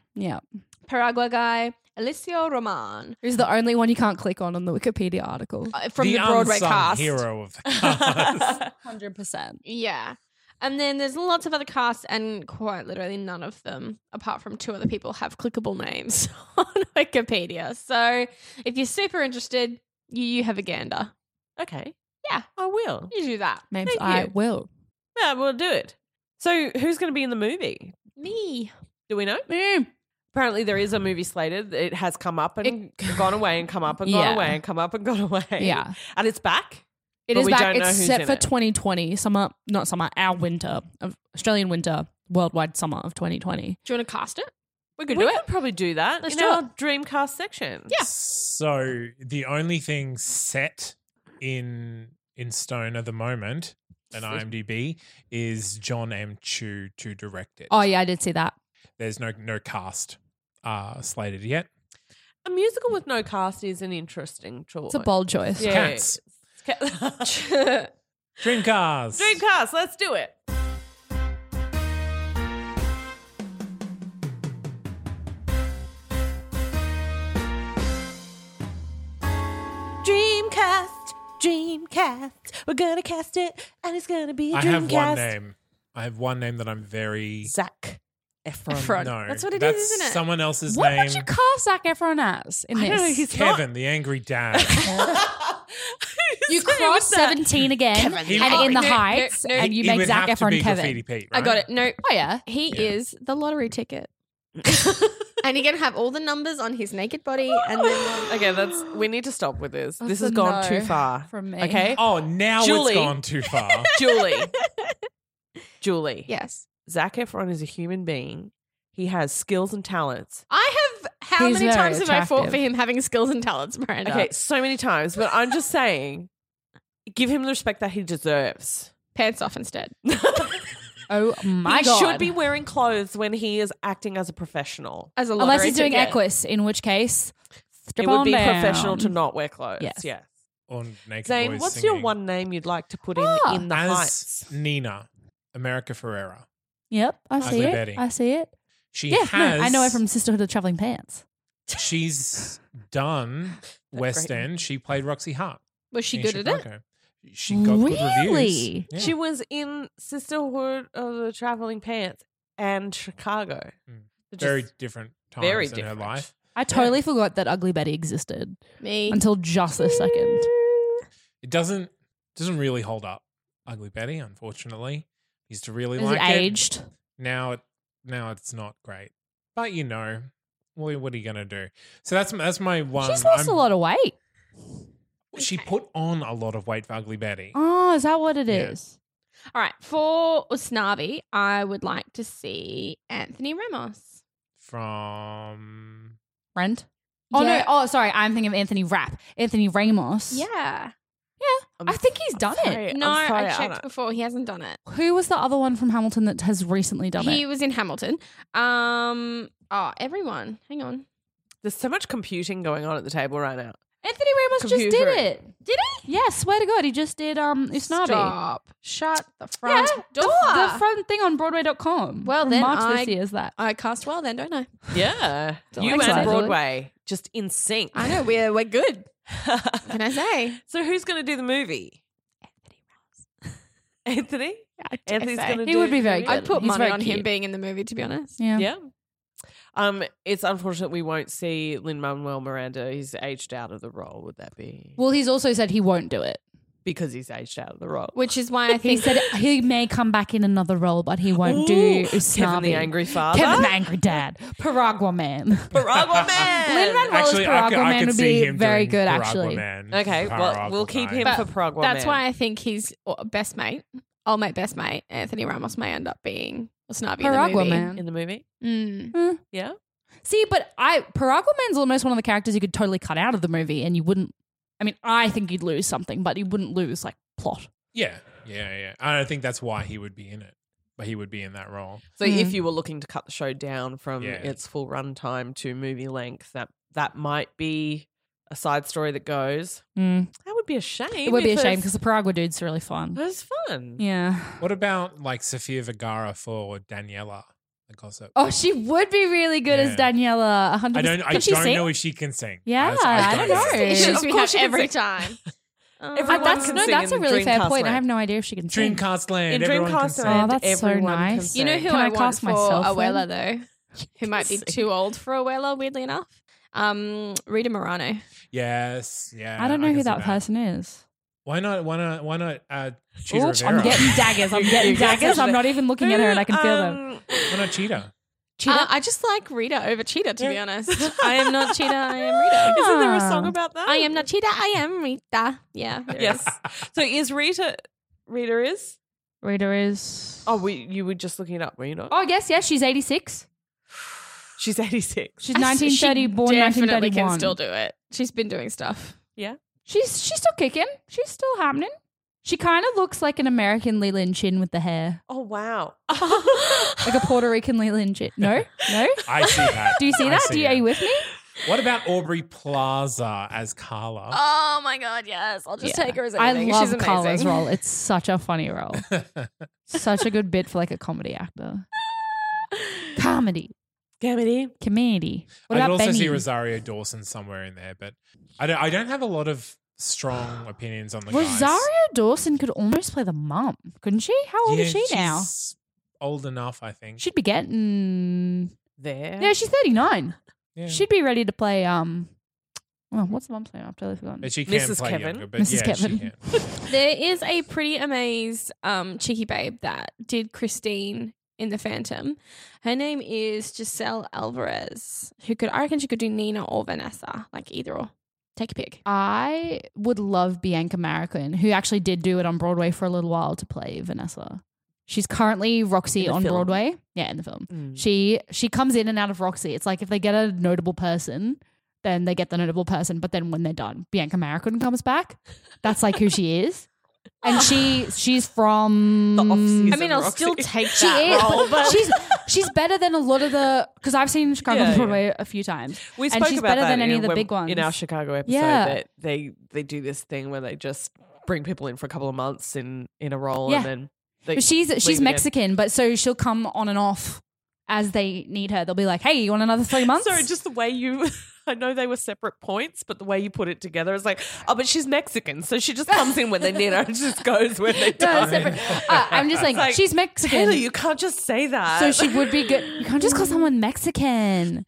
Yeah. Paragua guy, Alessio Roman Who's the only one you can't click on on the Wikipedia article. uh, from the, Broadway unsung cast. hero of the cast. 100%. Yeah. And then there's lots of other casts, and quite literally none of them, apart from two other people, have clickable names on Wikipedia. So if you're super interested, you, you have a gander. okay. Yeah. I will. You do that. Maybe Thank I you. will. Yeah, we'll do it. So, who's going to be in the movie? Me. Do we know? Mm. Apparently, there is a movie slated. It has come up and gone away and come up and Yeah. gone away and come up and gone away. Yeah. And it's back. It But is we back. don't know It's who's set in for it. 2020 summer, not summer, our winter of Australian winter, worldwide summer of 2020. Do you want to cast it? We could we do could it. probably do that Let's in do our it. Dreamcast section. Yeah. So the only thing set in in stone at the moment at IMDb is John M. Chu to direct it. Oh, yeah, I did see that. There's no no cast uh, slated yet. A musical with no cast is an interesting choice. It's a bold choice. Yeah. Cats. Ca- Dreamcast. Dreamcast, let's do it. Dreamcast, Dreamcast. We're gonna cast it, and it's gonna be a I Dreamcast. have one name. I have one name that I'm very. Zach Efron. Efron. No, That's what it it is, isn't it? Someone else's What name. would you cast Zac Efron as in I don't know, this? he's- Kevin, the angry dad. you cross 17 again He and would- in the No, no, heights, no. and you He make would Zac have to Efron be Kevin. Graffiti Pete, I got right? it. No. Oh, yeah. He Yeah. is the lottery ticket. and you're going to have all the numbers on his naked body. And then Okay, that's we need to stop with this. That's this has a gone no too far from me. Okay, Oh, now Julie. it's gone too far. Julie. Julie. yes. Zach Efron is a human being. He has skills and talents. I have, how He's many very times have I fought attractive. for him having skills and talents, Miranda? Okay, so many times, but I'm just saying, give him the respect that he deserves. Pants off instead. Oh, my he God. should be wearing clothes when he is acting as a professional. As a lottery Unless he's doing ticket. Equus, in which case, strip it would on be down. professional to not wear clothes. Yes. Yes. Or naked Zane, boys what's your singing. one name you'd like to put in Ah. in the As heights? Nina, America Ferrera. Yep, I see Ugly it. Betty. I see it. She yeah, has. no, I know her from Sisterhood of Traveling Pants. She's done West great name. End. She played Roxy Hart. Was she in good at it? Chicago. She got good reviews. Really? Yeah. She was in Sisterhood of the Traveling Pants and Chicago. Mm. Which very is different times very in different. her life. I totally forgot that Ugly Betty existed Me. until just this second. It doesn't doesn't really hold up. Ugly Betty, unfortunately, used to really Is like it aged? Now it now it's not great, but you know, what, what are you gonna do? So that's that's my one. She's lost I'm- a lot of weight. She put on a lot of weight for Ugly Betty. Oh, is that what it is? Yeah. All right. For Usnavi, I would like to see Anthony Ramos. From Friend. Oh Yeah. no! Oh, sorry. I'm thinking of Anthony Rapp, Anthony Ramos. Yeah. Um, I think he's done it. Sorry, No, I'm sorry, I checked don't- before. He hasn't done it. Who was the other one from Hamilton that has recently done he it? was in Hamilton. Um. Oh, everyone. Hang on. There's so much computing going on at the table right now. Anthony Ramos just did Computer. it. Did he? Yeah, swear to God, he just did. Um, Usnavi. Stop. Shut the Yeah, front the- door. The, front thing on Broadway.com. Well, from then March I- this year is that. I cast well then, don't I? Yeah. you Thanks, and Nigel. Broadway just in sync. I know we're we're good. What can I say? so who's going to do the movie? Anthony? Anthony's going to do He would be the very movie? good. I'd put He's money very on him cute. being in the movie. To be honest, Yeah. Yeah. Um, it's unfortunate we won't see Lin Manuel Miranda. He's aged out of the role. Would that be Well, he's also said he won't do it. because he's aged out of the role? which is why I He think said he may come back in another role, but he won't Ooh, do Kevin the Usnavi. Angry Father. Kevin the Angry Dad. Paragua Man. Baragua Man. Lin Manuel actually, I, Paragua could- I Man could would see be him very doing good, Paragua actually. Man, Okay, well, Paragua we'll keep Man. him for Paragua that's Man. why I think he's or best mate. All mate, best mate. Anthony Ramos may end up being Snobby in the Paragua movie. Man. in the movie. Mm. Yeah. See, but I Paragua Man's almost one of the characters you could totally cut out of the movie, and you wouldn't. I mean, I think you'd lose something, but you wouldn't lose like plot. Yeah, yeah, yeah. I don't think that's why he would be in it, but he would be in that role. So Hmm. if you were looking to cut the show down from Yeah. its full runtime to movie length, that that might be a side story that goes. Mm. That would be a shame. It would be a shame because the Paragua dude's really fun. it was fun. Yeah. What about like Sofia Vergara for Daniela, the gossip? Oh, she would be really good as Yeah. Daniela. 100%. I don't. I Can she don't sing? know if she can sing. Yeah, I don't know. know. Issues Issues we we have have every every time. Uh, Everyone that's can no, sing that's a in really fair Dreamcast point. I land. have no idea if she can sing. Dreamcast land. In everyone can Dreamcast sing. Land, Oh, that's so everyone can nice. You know sing. who Can I I, cast want myself for then? Awela though, who might be Sing. too old for Awela, weirdly enough. Um, Rita Morano. Yes. Yeah. I don't know can who see that person is. Why not? Why not? Why not? Uh, Cheetah Ooh, Rivera. I'm getting daggers. I'm getting daggers. I'm not even looking at her and I can feel them. Um, why not Cheetah? Uh, I just like Rita over Cheetah, to be Yeah. honest. I am not Cheetah. I am Rita. Isn't there a song Ah. about that? I am not Cheetah. I am Rita. Yeah. there Yes. is. so is Rita? Rita is. Rita is. Oh, we, you were just looking it up, were you not? Oh, yes, yes. She's 86. She's eighty six. She's 1930, She born definitely 1931. can still do it. She's been doing stuff. she's, she's still kicking. She's still happening. She kind of looks like an American Leland Chin with the hair. Oh wow. Like a Puerto Rican Leland Chin. No? No? I see that. Do you see I that? Do you, that. are you with me? What about Aubrey Plaza as Carla? Oh my god, yes. I'll just take her as I anything. She's love amazing. Carla's role. It's such a funny role. such a good bit for like a comedy actor. Comedy, Gamity. community. What I could about also see Benny? Rosario Dawson somewhere in there, but I don't. I don't have a lot of strong opinions on the Rosario guys. Dawson could almost play the mum, couldn't she? How old is Yeah, she now? she's Old enough, I think. She'd be getting. There. Yeah, she's thirty nine. Yeah. She'd be ready to play. Um, well, what's the mum's name? I've totally forgotten. But she can Mrs. play Kevin. younger, but Mrs. yeah, Kevin. she can. There is a pretty amazed um, cheeky babe that did Christine in The Phantom. Her name is Giselle Alvarez, who could, I reckon she could do Nina or Vanessa, like either or. Take a pick. I would love Bianca Marican, who actually did do it on Broadway for a little while to play Vanessa. She's currently In Roxy the on film. Broadway. Yeah, in the film. Mm. She she comes in and out of Roxy. It's like if they get a notable person, then they get the notable person. But then when they're done, Bianca Marican comes back. That's like who she is, and she she's from The off-season I mean, I'll Roxy. still take She that is, role, but she's she's better than a lot of the because I've seen Chicago Yeah, on yeah. Broadway a few times. We and spoke she's about better that than any in- of the when- big ones. in our Chicago episode. Yeah. That they they do this thing where they just bring people in for a couple of months in in a role, Yeah. and then they, But she's leave it she's in. Mexican, but so she'll come on and off as they need her. They'll be like, "Hey, you want another three months?" Sorry, just the way you. I know they were separate points, but the way you put it together is like, oh, but she's Mexican, so she just comes in when they need her and just goes when they No, don't. it's separate. Uh, I'm just like, It's like, she's Mexican. Taylor, you can't just say that. So she would be good. You can't just call someone Mexican.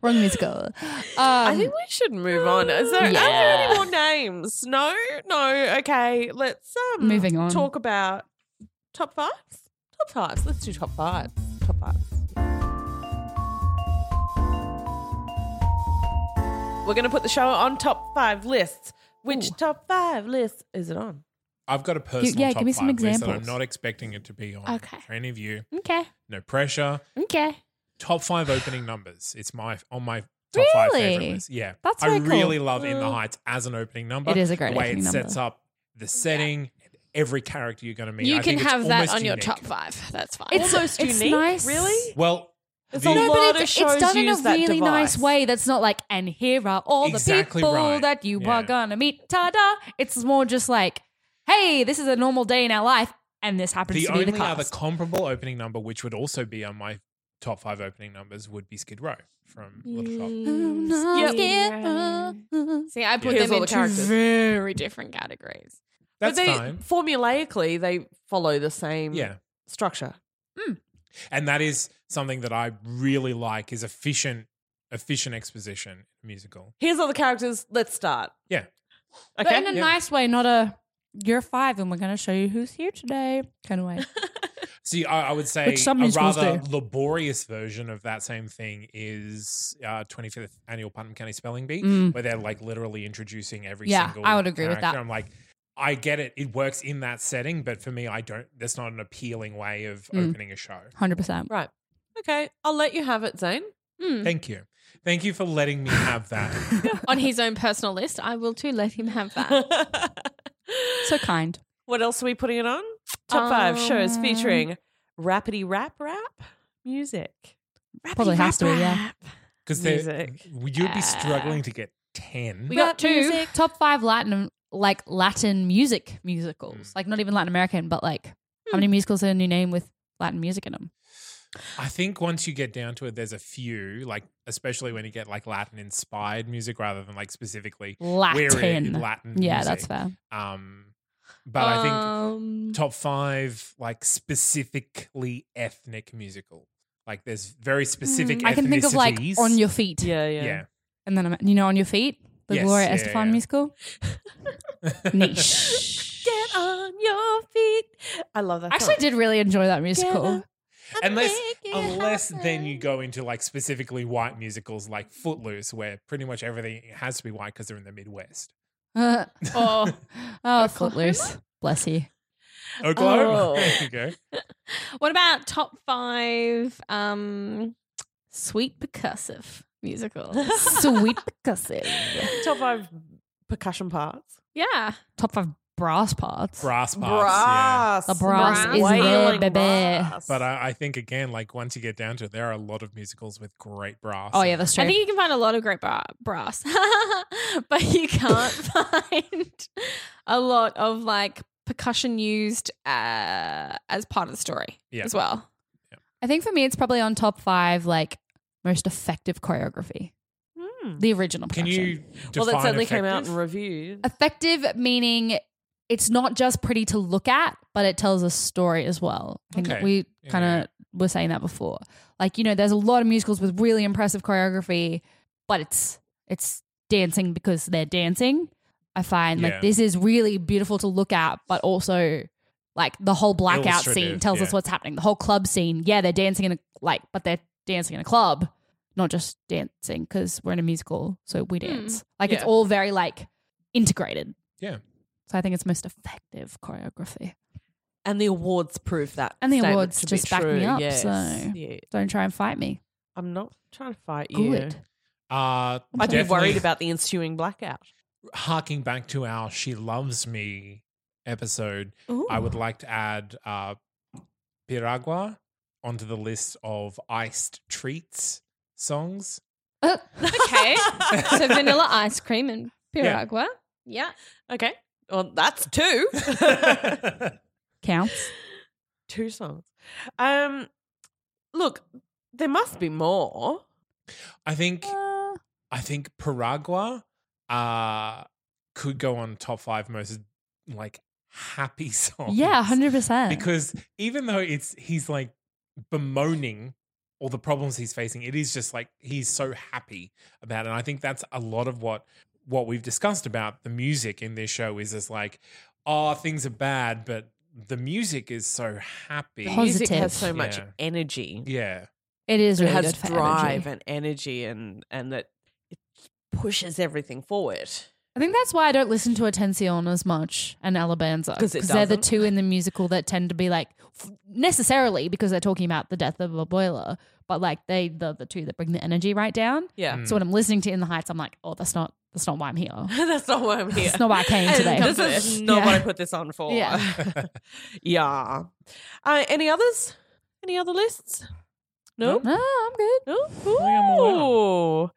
Wrong musical. I Um, think we should move on. Is there, Are there Yeah. any more names? No, no. Okay, let's um Moving on. Talk about top fives. Top fives. Let's do top fives. Top fives. We're going to put the show on top five lists Which top five list is it on? I've got a personal yeah, top give me five some list that I'm examples. not expecting it to be on Okay. for any of you. Okay. No pressure. Okay. Top five opening numbers. It's my on my top five favorite Really? list. Yeah, That's I very cool. Mm. really love In the Heights as an opening number. It is a great the way opening it sets number. up the setting, every character you're going to meet. you I can think it's have that almost on your unique. top five. That's fine. It's- Almost it's unique, nice. really. Well, It's the- a No, lot but of it's, shows it's done in a use that really nice device. way that's not like, and here are all Exactly the people right. that you Yeah. are going to meet. Ta da. It's more just like, hey, this is a normal day in our life, and this happens the to be only the other cast. comparable opening number, which would also be on my top five opening numbers, would be Skid Row from Little Mm. Shop. Yep. Mm. See, I put Here's them all in the two characters. very different categories. That's but they, fine. Formulaically, they follow the same Yeah. structure. And that is something that I really like is efficient efficient exposition in a musical. Here's all the characters. Let's start. Yeah. But Okay. in a nice way, not a you're five and we're going to show you who's here today kind of way. See, I, I would say Which some a musicals rather do. laborious version of that same thing is uh, 25th annual Putnam County Spelling Bee, Mm. where they're like literally introducing every Yeah, single. I would agree with character. that. I'm like, I get it; it works in that setting, but for me, I don't. That's not an appealing way of Mm. opening a show. 100%. Right. Okay. I'll let you have it, Zane. Mm. Thank you, thank you for letting me have that. Hmm. On his own personal list, I will too let him have that. So kind. what else are we putting it on? Top five shows Um, featuring rappity rap rap music. Probably has to, yeah. Because Music. you'd be Ah. struggling to get 10. We got two. music, top five Latin like Latin music musicals. Mm. Hmm. Like not even Latin American, but like how many musicals are a new name with Latin music in them? I think once you get down to it, there's a few, like, especially when you get like Latin inspired music rather than like specifically we're Latin. in Latin. yeah, music. that's fair. Um, but I Um, think top five, like specifically ethnic musical. Like there's very specific ethnicities. Mm, I can think of like On Your Feet. Yeah, yeah. Yeah. And then I'm- you know On Your Feet, the Yes, Gloria yeah, Estefan yeah. musical. Niche. Get on your feet. I love that. I actually song. did really enjoy that musical. unless unless then you go into like specifically white musicals like Footloose, where pretty much everything has to be white because they're in the Midwest. Uh, oh. oh, Footloose. Bless you. Oklahoma. Oh. There you go. What about top five um, sweet percussive musicals? Sweet percussive. top five percussion parts. yeah. Top five brass parts. Brass parts. Yeah. The brass Brass. is Wailing there, baby. But uh, I, I think again, like once you get down to it, there are a lot of musicals with great brass. Oh yeah, that's true. I think you can find a lot of great bra- brass, but you can't find a lot of like percussion used uh, as part of the story Yeah. as well. I think for me, it's probably on top five, like most effective choreography. The original Can production. you Hmm. well, define that certainly came out in effective? review. effective meaning it's not just pretty to look at, but it tells a story as well. I think Okay. we Yeah, kind of yeah. were saying that before. Like you know, there's a lot of musicals with really impressive choreography, but it's it's dancing because they're dancing. I find Yeah. like this is really beautiful to look at, but also like the whole blackout scene Illustrative, tells yeah. us what's happening. The whole club scene, yeah, they're dancing in a like, but they're dancing in a club, not just dancing because we're in a musical, so we dance. Like it's Hmm. Yeah. all very like integrated. Yeah. So I think it's most effective choreography. And the awards prove that. And the statement awards to be just back me true. up, Yes. so- Yeah. Don't try and fight me. I'm not trying to fight you. Good. Uh, I'd be worried definitely- about the ensuing blackout. harking back to our "She Loves Me" episode. I would like to add uh, Piragua onto the list of iced treats songs. Okay. so vanilla ice cream and Yeah. piragua. Yeah. Okay. Well, that's two. Counts. two songs. Um, look, there must be more. I think Uh, I think Piragua uh, could go on top five most like happy songs. yeah, hundred percent. Oh, because even though it's he's like bemoaning all the problems he's facing it is just like he's so happy about it and i think that's a lot of what what we've discussed about the music in this show is is like oh things are bad but the music is so happy The music has Positive. so much Yeah. energy. yeah it is really it has good for drive energy. and energy, and and that it pushes everything forward. I think that's why I don't listen to Atencion as much and Alabanza 'Cause it they're the doesn't. two in the musical that tend to be like f- necessarily because they're talking about the death of a boiler, but like they the the two that bring the energy right down. Yeah. Mm. So when I'm listening to In the Heights, I'm like, oh, that's not that's not why I'm here. That's not why I'm here. That's not why I came And today. This is not Yeah. what I put this on for. Yeah. yeah. Uh, any others? Any other lists? No? No, I'm good. No? I'm Ooh.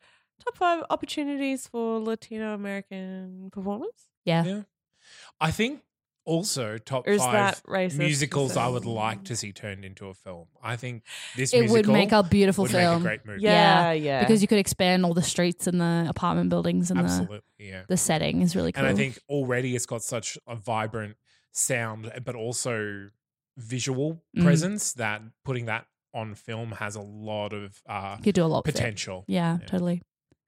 Top five opportunities for Latino American performance? Yeah. Yeah. I think also top Or is five that racist to musicals say? I would like to see turned into a film. I think this It would musical make a beautiful would film. Make a great movie. Yeah, yeah. Yeah, Because Because you could expand all the streets and the apartment buildings and the, Absolutely. Yeah. the setting is really cool. And I think already it's got such a vibrant sound, eh, but also visual Mm-hmm. Mhm. presence that putting that on film has a lot of uh, you could do a lot with it. potential. Yeah, Yeah. totally.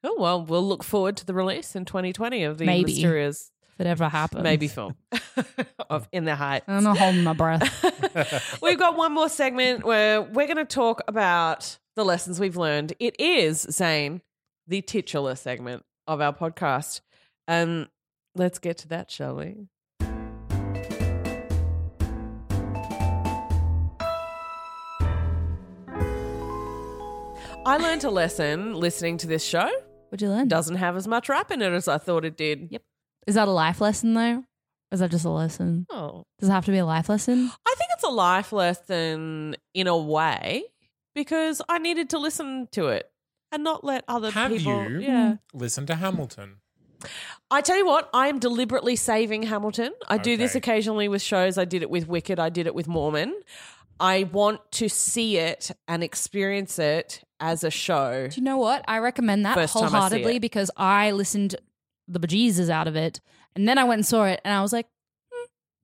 oh, well, we'll look forward to the release in 2020 of the Maybe. Mysterious If it ever happens. Maybe film Hmm. of In the Heights. I'm not holding my breath. we've got one more segment where we're going to talk about the lessons we've learned. It is, Zane, the titular segment of our podcast. Um, let's get to that, shall we? I learned a lesson listening to this show. What'd you learn? Doesn't have as much rap in it as I thought it did. Yep. Is that a life lesson though? Or is that just a lesson? Oh. Does it have to be a life lesson? I think it's a life lesson in a way because I needed to listen to it and not let other Have people. you? Yeah. Listen to Hamilton. I tell you what, I am deliberately saving Hamilton. I do this Okay. occasionally with shows. I did it with Wicked, I did it with Mormon. I want to see it and experience it as a show. Do you know what? I recommend that First time I see wholeheartedly it. because I listened the bejesus out of it and then I went and saw it and I was like,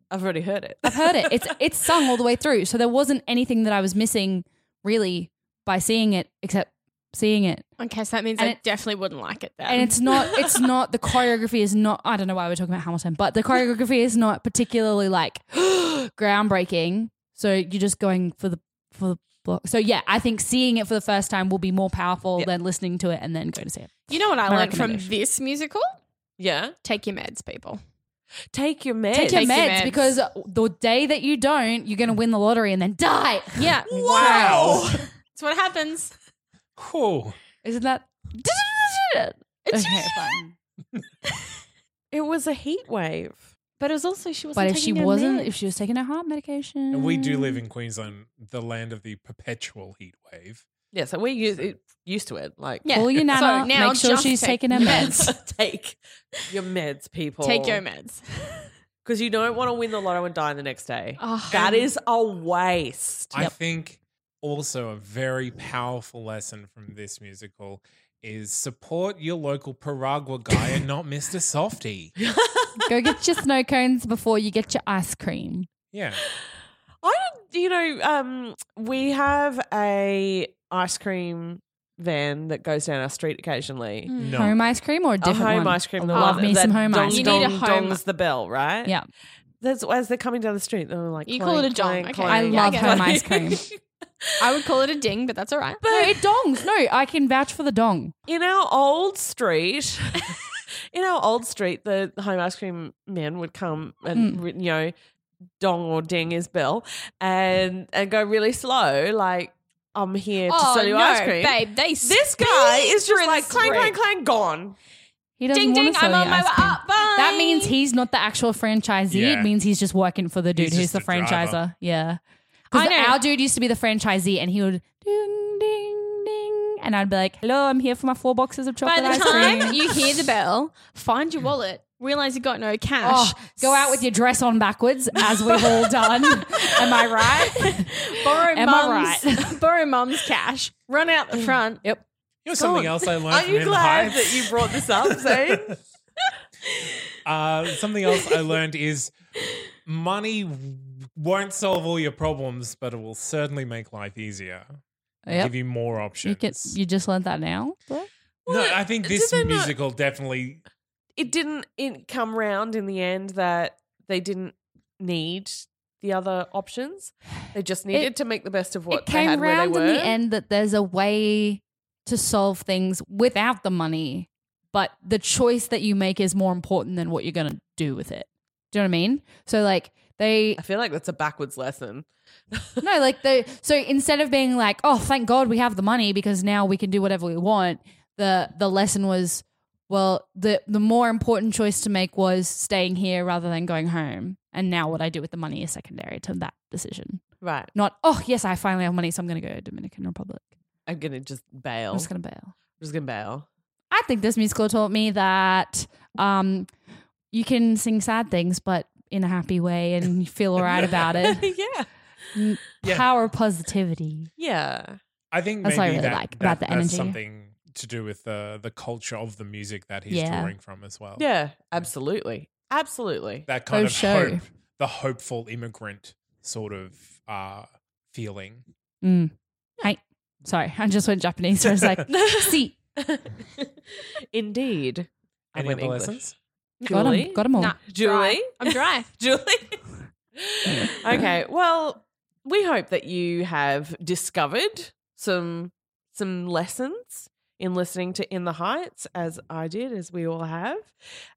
I've already heard it. I've heard it. It's it's sung all the way through. So there wasn't anything that I was missing really by seeing it except seeing it. Okay, so that means And I it- definitely wouldn't like it then. And it's not it's not the choreography is not I don't know why we're talking about Hamilton, but the choreography is not particularly like groundbreaking. So you're just going for the for the block. So yeah, I think seeing it for the first time will be more powerful Yeah. than listening to it and then going to see it. you know what I My learned from recommendation. this musical? yeah. Take your meds, people. Take your meds. Take your Take your meds meds. because the day that you don't, you're going to win the lottery and then die. Yeah. Wow. That's what happens. Cool. Isn't that? Okay, fine. it was a heat wave. But it was also she wasn't. But if she taking her wasn't, meds. if she was taking her heart medication, And we do live Mm. in Queensland, the land of the perpetual heat wave. Yeah, so we're used, used to it. Like, Yeah. Call your nana. So now make sure just she's take taking her your meds. take your meds, people. take your meds. Because you don't want to win the lotto and die the next day. Oh, That is a waste. I think also a very powerful lesson from this musical is support your local Paragua guy and not Mr. Softy. Go get your snow cones before you get your ice cream. Yeah. I don't, you know, um, we have a ice cream van that goes down our street occasionally. Mm, No. Home ice cream or a A different home one? Oh, ice cream, Oh, the Love one me that some home dong, ice You cream. need a dong, home- dongs the bell, right? Yeah, That's as they're coming down the street. They're like, You call it a dong, clang, okay. clang, I Yeah, love I get home it. ice cream. I would call it a ding, but that's all right. No, it dongs. No, I can vouch for the dong. in our old street in our old street the home ice cream man would come Mm. and you know dong or ding his bell and and go really slow like i'm here to Oh, sell you ice cream oh, babe, they this guy is speed just like through clang the clang street. clang gone He doesn't Ding want ding, to sell I'm on you my ice way cream. up. Bye. That means he's not the actual franchisee. Yeah. It means he's just working for the dude He's who's just the the driver. franchiser. Yeah. Because I know. our dude used to be the franchisee and he would ding, ding, ding. And I'd be like, hello, I'm here for my four boxes of By chocolate the ice time cream. you hear the bell, find your wallet, realize you got no cash. Oh, go out with your dress on backwards, as we've all done. Am I right? borrow Am I Mm. mum's borrow mum's cash, run out the front. Yep. You know something else I learned are from you In the glad Heights? that you brought this up zane Uh, something else I learned is money w- won't solve all your problems, but it will certainly make life easier. Yep. Give you more options. You, get, you just learned that now? no, I think Did this they not- musical definitely. it didn't it come round in the end that they didn't need the other options. They just needed to make the best of what it they came had where round they were. in the end that there's a way to solve things without the money but the choice that you make is more important than what you're going to do with it. Do you know what I mean? So like they I feel like that's a backwards lesson. no, like the so instead of being like, oh, thank God we have the money because now we can do whatever we want. The the lesson was, well, the the more important choice to make was staying here rather than going home. And now what I do with the money is secondary to that decision. Right. Not oh yes, I finally have money, so I'm going to go to Dominican Republic. I'm gonna just bail. I'm just going to bail. just gonna bail. I think this musical taught me that um, you can sing sad things, but in a happy way and you feel all right about it. yeah. N- Yeah. Power of positivity. Yeah. I think That's what I maybe really that, like that- about the that's energy. something to do with the the culture of the music that he's Yeah. drawing from as well. Yeah. Absolutely. Absolutely. that kind of show. hope, the hopeful immigrant sort of uh, feeling. Mm. I sorry, I just went Japanese. So I was like, see, Indeed. I Any went other English. lessons? got Julie. them, got them all. Nah, Julie? dry. I'm dry. Julie. okay. Well, we hope that you have discovered some some lessons in listening to In the Heights, as I did, as we all have.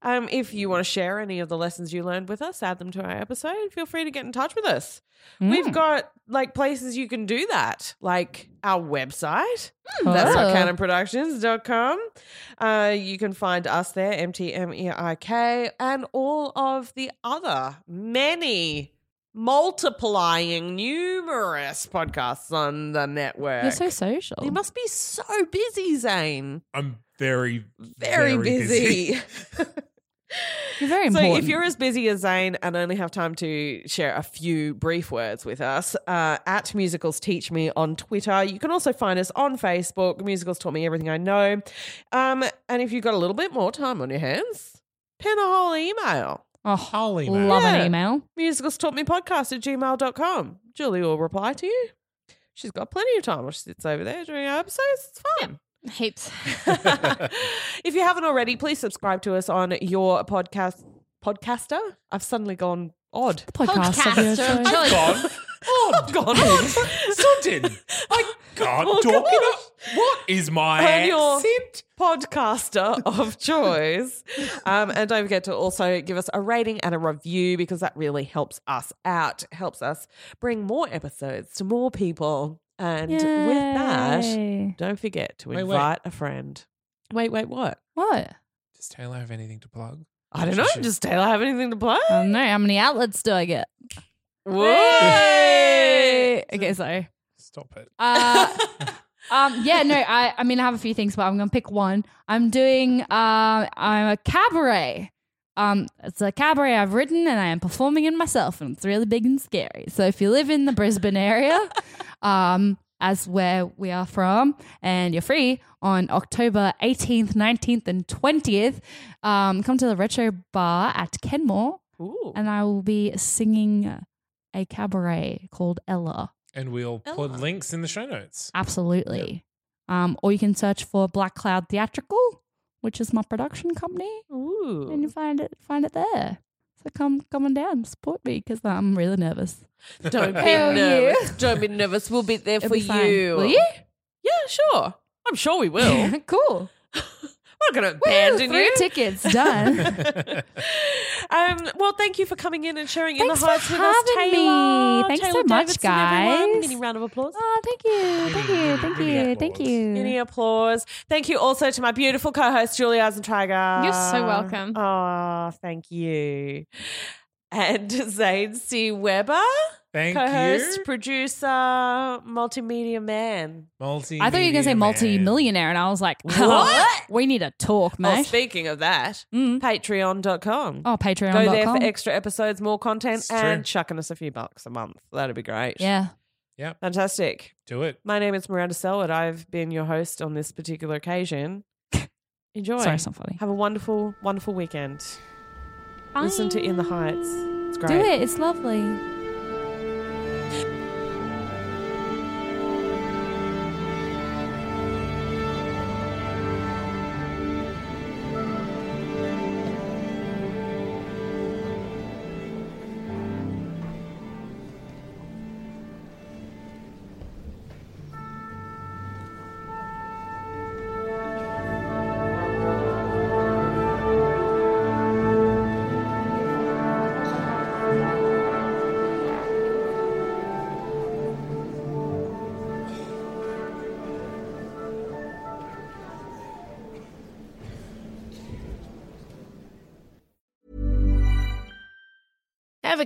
Um, if you want to share any of the lessons you learned with us, add them to our episode. Feel free to get in touch with us. We've Mm. got like places you can do that, like our website. Oh. That's not canonproductions.com. Uh, you can find us there, MTMEIK, E and all of the other many multiplying numerous podcasts on the network. You're so social. you must be so busy, Zane. I'm very, Very, busy. You're very so important. if you're as busy as Zane and only have time to share a few brief words with us, uh, at Musicals Teach Me on Twitter. You can also find us on Facebook, Musicals Taught Me Everything I Know. Um, and if you've got a little bit more time on your hands, pen a whole email. oh, Holy man. love Yeah. an email. Musicals Taught Me Podcast at gmail.com. Julie will reply to you. She's got plenty of time while she sits over there during our episodes. It's fine. Heaps. if you haven't already, please subscribe to us on your podcast podcaster. I've suddenly gone odd. Podcast. of your Podcaster. choice. Gone. Odd gone odd. Sudden. I can't Oh, talk it gosh. up. What is my And your- accent? Podcaster of choice. Um, and don't forget to also give us a rating and a review because that really helps us out, helps us bring more episodes to more people. And with that, Yay. don't forget to Wait, wait. invite a friend. Wait, wait, what? what? Does Taylor have anything to plug? I don't know. She should- Does Taylor have anything to play? I don't know. How many outlets do I get? Whoa. Okay, sorry. Stop it. Uh, um, yeah, no, I, I mean, I have a few things, but I'm going to pick one. I'm doing, uh, I'm a cabaret. Um, it's a cabaret I've written and I am performing in myself, and it's really big and scary. So if you live in the Brisbane area, um, as where we are from, and you're free on October 18th, 19th, and 20th, um, come to the Retro Bar at Kenmore, Ooh. and I will be singing a cabaret called Ella. And we'll put Ella. links in the show notes. Absolutely. Um, or you can search for Black Cloud Theatrical, which is my production company, Ooh. and you find it find it there. So come come on down, support me because I'm really nervous. Don't be Hell yeah. nervous. Don't be nervous. We'll be there It'll for be fine. you. will you? Yeah, sure. I'm sure we will. We're cool. not going to Woo, abandon three you. tickets done. um, well, thank you for coming in and sharing Thanks in for the heights with us, having Taylor. me. Thanks Taylor so much, Davidson, everyone. guys. Mini round of applause. oh, thank you, thank you, thank you, thank Mini you. applause. Thank you also to my beautiful co-host Julie Eisentrager. You're so welcome. Oh, thank you. And Zayn C. Weber, Thank co-host, you. producer, multimedia man. Multi. I thought you were gonna say multi-millionaire, and I was like, What? We need a talk, Well, mate. speaking of that, Mm. patreon.com. Oh, Go there Patreon.com. for extra episodes, more content, It's true. and chucking us a few bucks a month. That'd be great. yeah. Fantastic. Do it. My name is Miranda Selwood. I've been your host on this particular occasion. Enjoy. Sorry, it's not funny. Have a wonderful, wonderful weekend. Listen to In the Heights. It's great. Do it. It's lovely. Ever